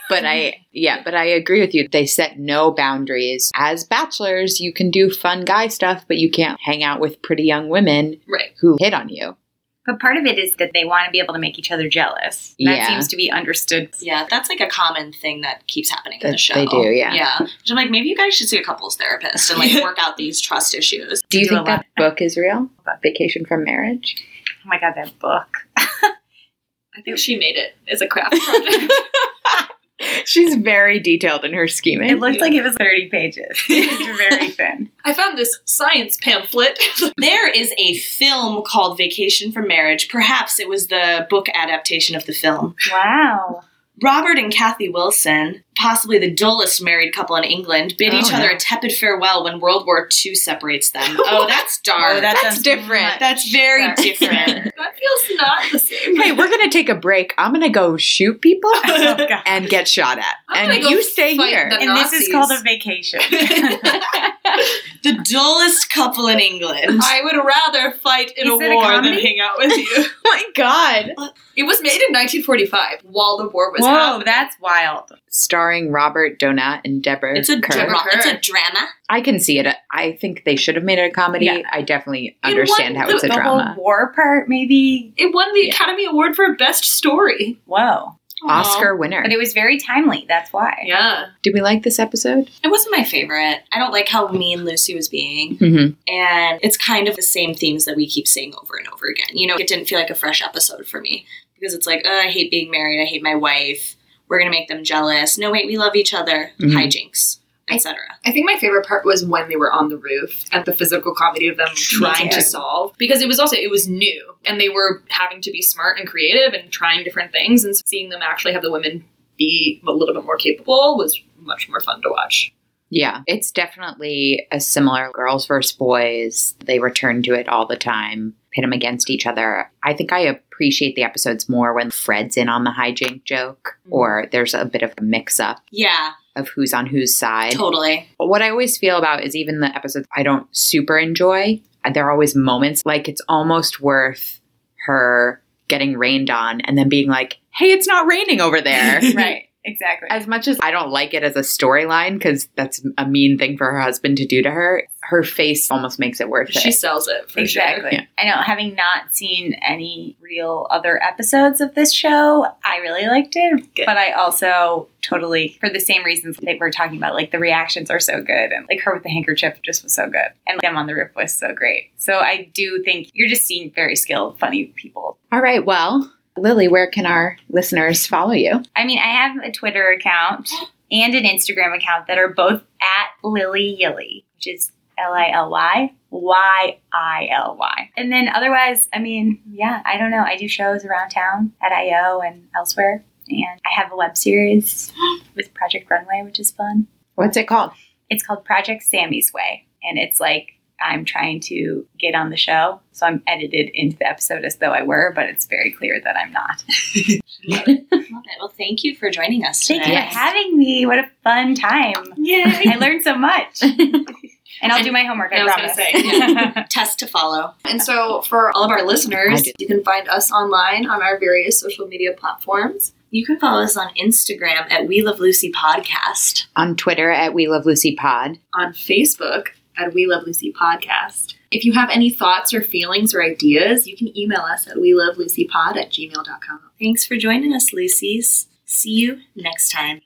Speaker 5: But I, yeah, but I agree with you. They set no boundaries. As bachelors, you can do fun guy stuff, but you can't hang out with pretty young women
Speaker 4: Right.
Speaker 5: who hit on you.
Speaker 3: But part of it is that they want to be able to make each other jealous. That
Speaker 5: Yeah.
Speaker 3: seems to be understood. Oh
Speaker 1: yeah, that's like a common thing that keeps happening in
Speaker 5: That
Speaker 1: the show.
Speaker 5: they do, yeah.
Speaker 1: Yeah. Which I'm like, maybe you guys should see a couples therapist and like work out these trust issues.
Speaker 5: Do you
Speaker 3: do a
Speaker 5: think that
Speaker 3: lot.
Speaker 5: book is real? Vacation from Marriage?
Speaker 3: Oh my god, that book.
Speaker 4: I think she made it as a craft project.
Speaker 5: She's very detailed in her scheming.
Speaker 3: It looked like it was 30 pages. It was very thin.
Speaker 4: I found this science pamphlet.
Speaker 1: There is a film called Vacation from Marriage. Perhaps it was the book adaptation of the film.
Speaker 3: Wow.
Speaker 1: Robert and Kathy Wilson, possibly the dullest married couple in England, bid
Speaker 5: Oh,
Speaker 1: each other
Speaker 5: no.
Speaker 1: a tepid farewell when World War II separates them. oh, that's dark.
Speaker 3: that
Speaker 5: That's
Speaker 3: sounds
Speaker 5: different.
Speaker 1: that's very
Speaker 3: dark.
Speaker 1: different.
Speaker 4: that feels not the same.
Speaker 5: Hey, we're gonna take a break. I'm gonna go shoot people
Speaker 3: Oh, God.
Speaker 5: and get shot at,
Speaker 4: I'm gonna
Speaker 5: and
Speaker 4: go
Speaker 5: you stay
Speaker 4: fight
Speaker 5: here.
Speaker 4: them.
Speaker 3: And this is
Speaker 4: Nazis.
Speaker 3: called a vacation.
Speaker 1: The dullest couple in England.
Speaker 4: I would rather fight in
Speaker 3: Is
Speaker 4: a
Speaker 3: it a
Speaker 4: war than
Speaker 3: comedy?
Speaker 4: hang out with you.
Speaker 5: Oh my god!
Speaker 4: it was made in 1945 while the war was
Speaker 3: Whoa,
Speaker 4: happening.
Speaker 3: that's wild.
Speaker 5: Starring Robert Donat and Deborah.
Speaker 1: It's a
Speaker 5: Kerr.
Speaker 1: drama. It's a
Speaker 4: Kerr.
Speaker 1: drama.
Speaker 5: I can see it. I think they should have made it a comedy.
Speaker 3: Yeah.
Speaker 5: I definitely
Speaker 4: It
Speaker 5: understand
Speaker 4: won
Speaker 5: how it's a
Speaker 4: the-
Speaker 3: The
Speaker 5: drama.
Speaker 3: whole war part, maybe.
Speaker 4: It won the
Speaker 5: Yeah.
Speaker 4: Academy Award for Best Story.
Speaker 3: Whoa.
Speaker 5: Oscar winner.
Speaker 3: But it was very timely. That's why.
Speaker 4: Yeah.
Speaker 5: Did we like this episode?
Speaker 1: It wasn't my favorite. I don't like how mean Lucy was being.
Speaker 5: Mm-hmm.
Speaker 1: And it's kind of the same themes that we keep seeing over and over again. You know, it didn't feel like a fresh episode for me because it's like, oh, I hate being married. I hate my wife. We're going to make them jealous. No, wait, we love each other.
Speaker 5: Mhm.
Speaker 1: Hijinks. etc.
Speaker 4: I think my favorite part was when they were on the roof and the physical comedy of them trying to solve because it was also it was new and they were having to be smart and creative and trying different things and seeing them actually have the women be a little bit more capable was much more fun to watch.
Speaker 5: Yeah, it's definitely a similar girls versus boys. They return to it all the time, pit them against each other. I think I appreciate the episodes more when Fred's in on the hijink joke or there's a bit of a mix up
Speaker 1: Yeah,
Speaker 5: of who's on whose side.
Speaker 1: totally.
Speaker 5: What I always feel about is even the episodes I don't super enjoy, there are always moments like it's almost worth her getting rained on and then being like, hey, it's not raining over there.
Speaker 3: right. Exactly.
Speaker 5: As much as I don't like it as a storyline because that's a mean thing for her husband to do to her, her face almost makes it worth
Speaker 4: She
Speaker 5: it.
Speaker 4: sells it for
Speaker 3: Exactly.
Speaker 5: Yeah.
Speaker 3: I know, having not seen any real other episodes of this show, I really liked it.
Speaker 1: Good.
Speaker 3: But I also totally, for the same reasons that we're talking about, like the reactions are so good. And like her with the handkerchief just was so good. And them on the roof was so great. So I do think you're just seeing very skilled, funny people.
Speaker 5: All right, well, Lily, where can our listeners follow you?
Speaker 3: I mean, I have a Twitter account and an Instagram account that are both at Lily Yilly, which is L I L Y Y I L Y. And then otherwise, I mean, yeah, I don't know. I do shows around town at IO and elsewhere. And I have a web series with Project Runway, which is fun.
Speaker 5: What's it called?
Speaker 3: It's called Project Sammy's Way. And it's like I'm trying to get on the show. So I'm edited into the episode as though I were, but it's very clear that I'm not.
Speaker 1: Love it. Well, thank you for joining us today.
Speaker 3: Thank you for having me. What a fun time.
Speaker 1: Yay.
Speaker 3: I learned so much. And I'll do my homework, I,
Speaker 4: I was gonna
Speaker 3: promise.
Speaker 1: say. Test to follow.
Speaker 4: And so, for all of our
Speaker 5: I
Speaker 4: listeners,
Speaker 5: do.
Speaker 4: you can find us online on our various social media platforms.
Speaker 1: You can follow us on Instagram at We Love Lucy Podcast.
Speaker 5: On Twitter at We Love Lucy Pod.
Speaker 4: on Facebook at We Love Lucy Podcast. If you have any thoughts or feelings or ideas, you can email us at we love lucy pod at gmail.com.
Speaker 1: Thanks for joining us, Lucy's. See you next time.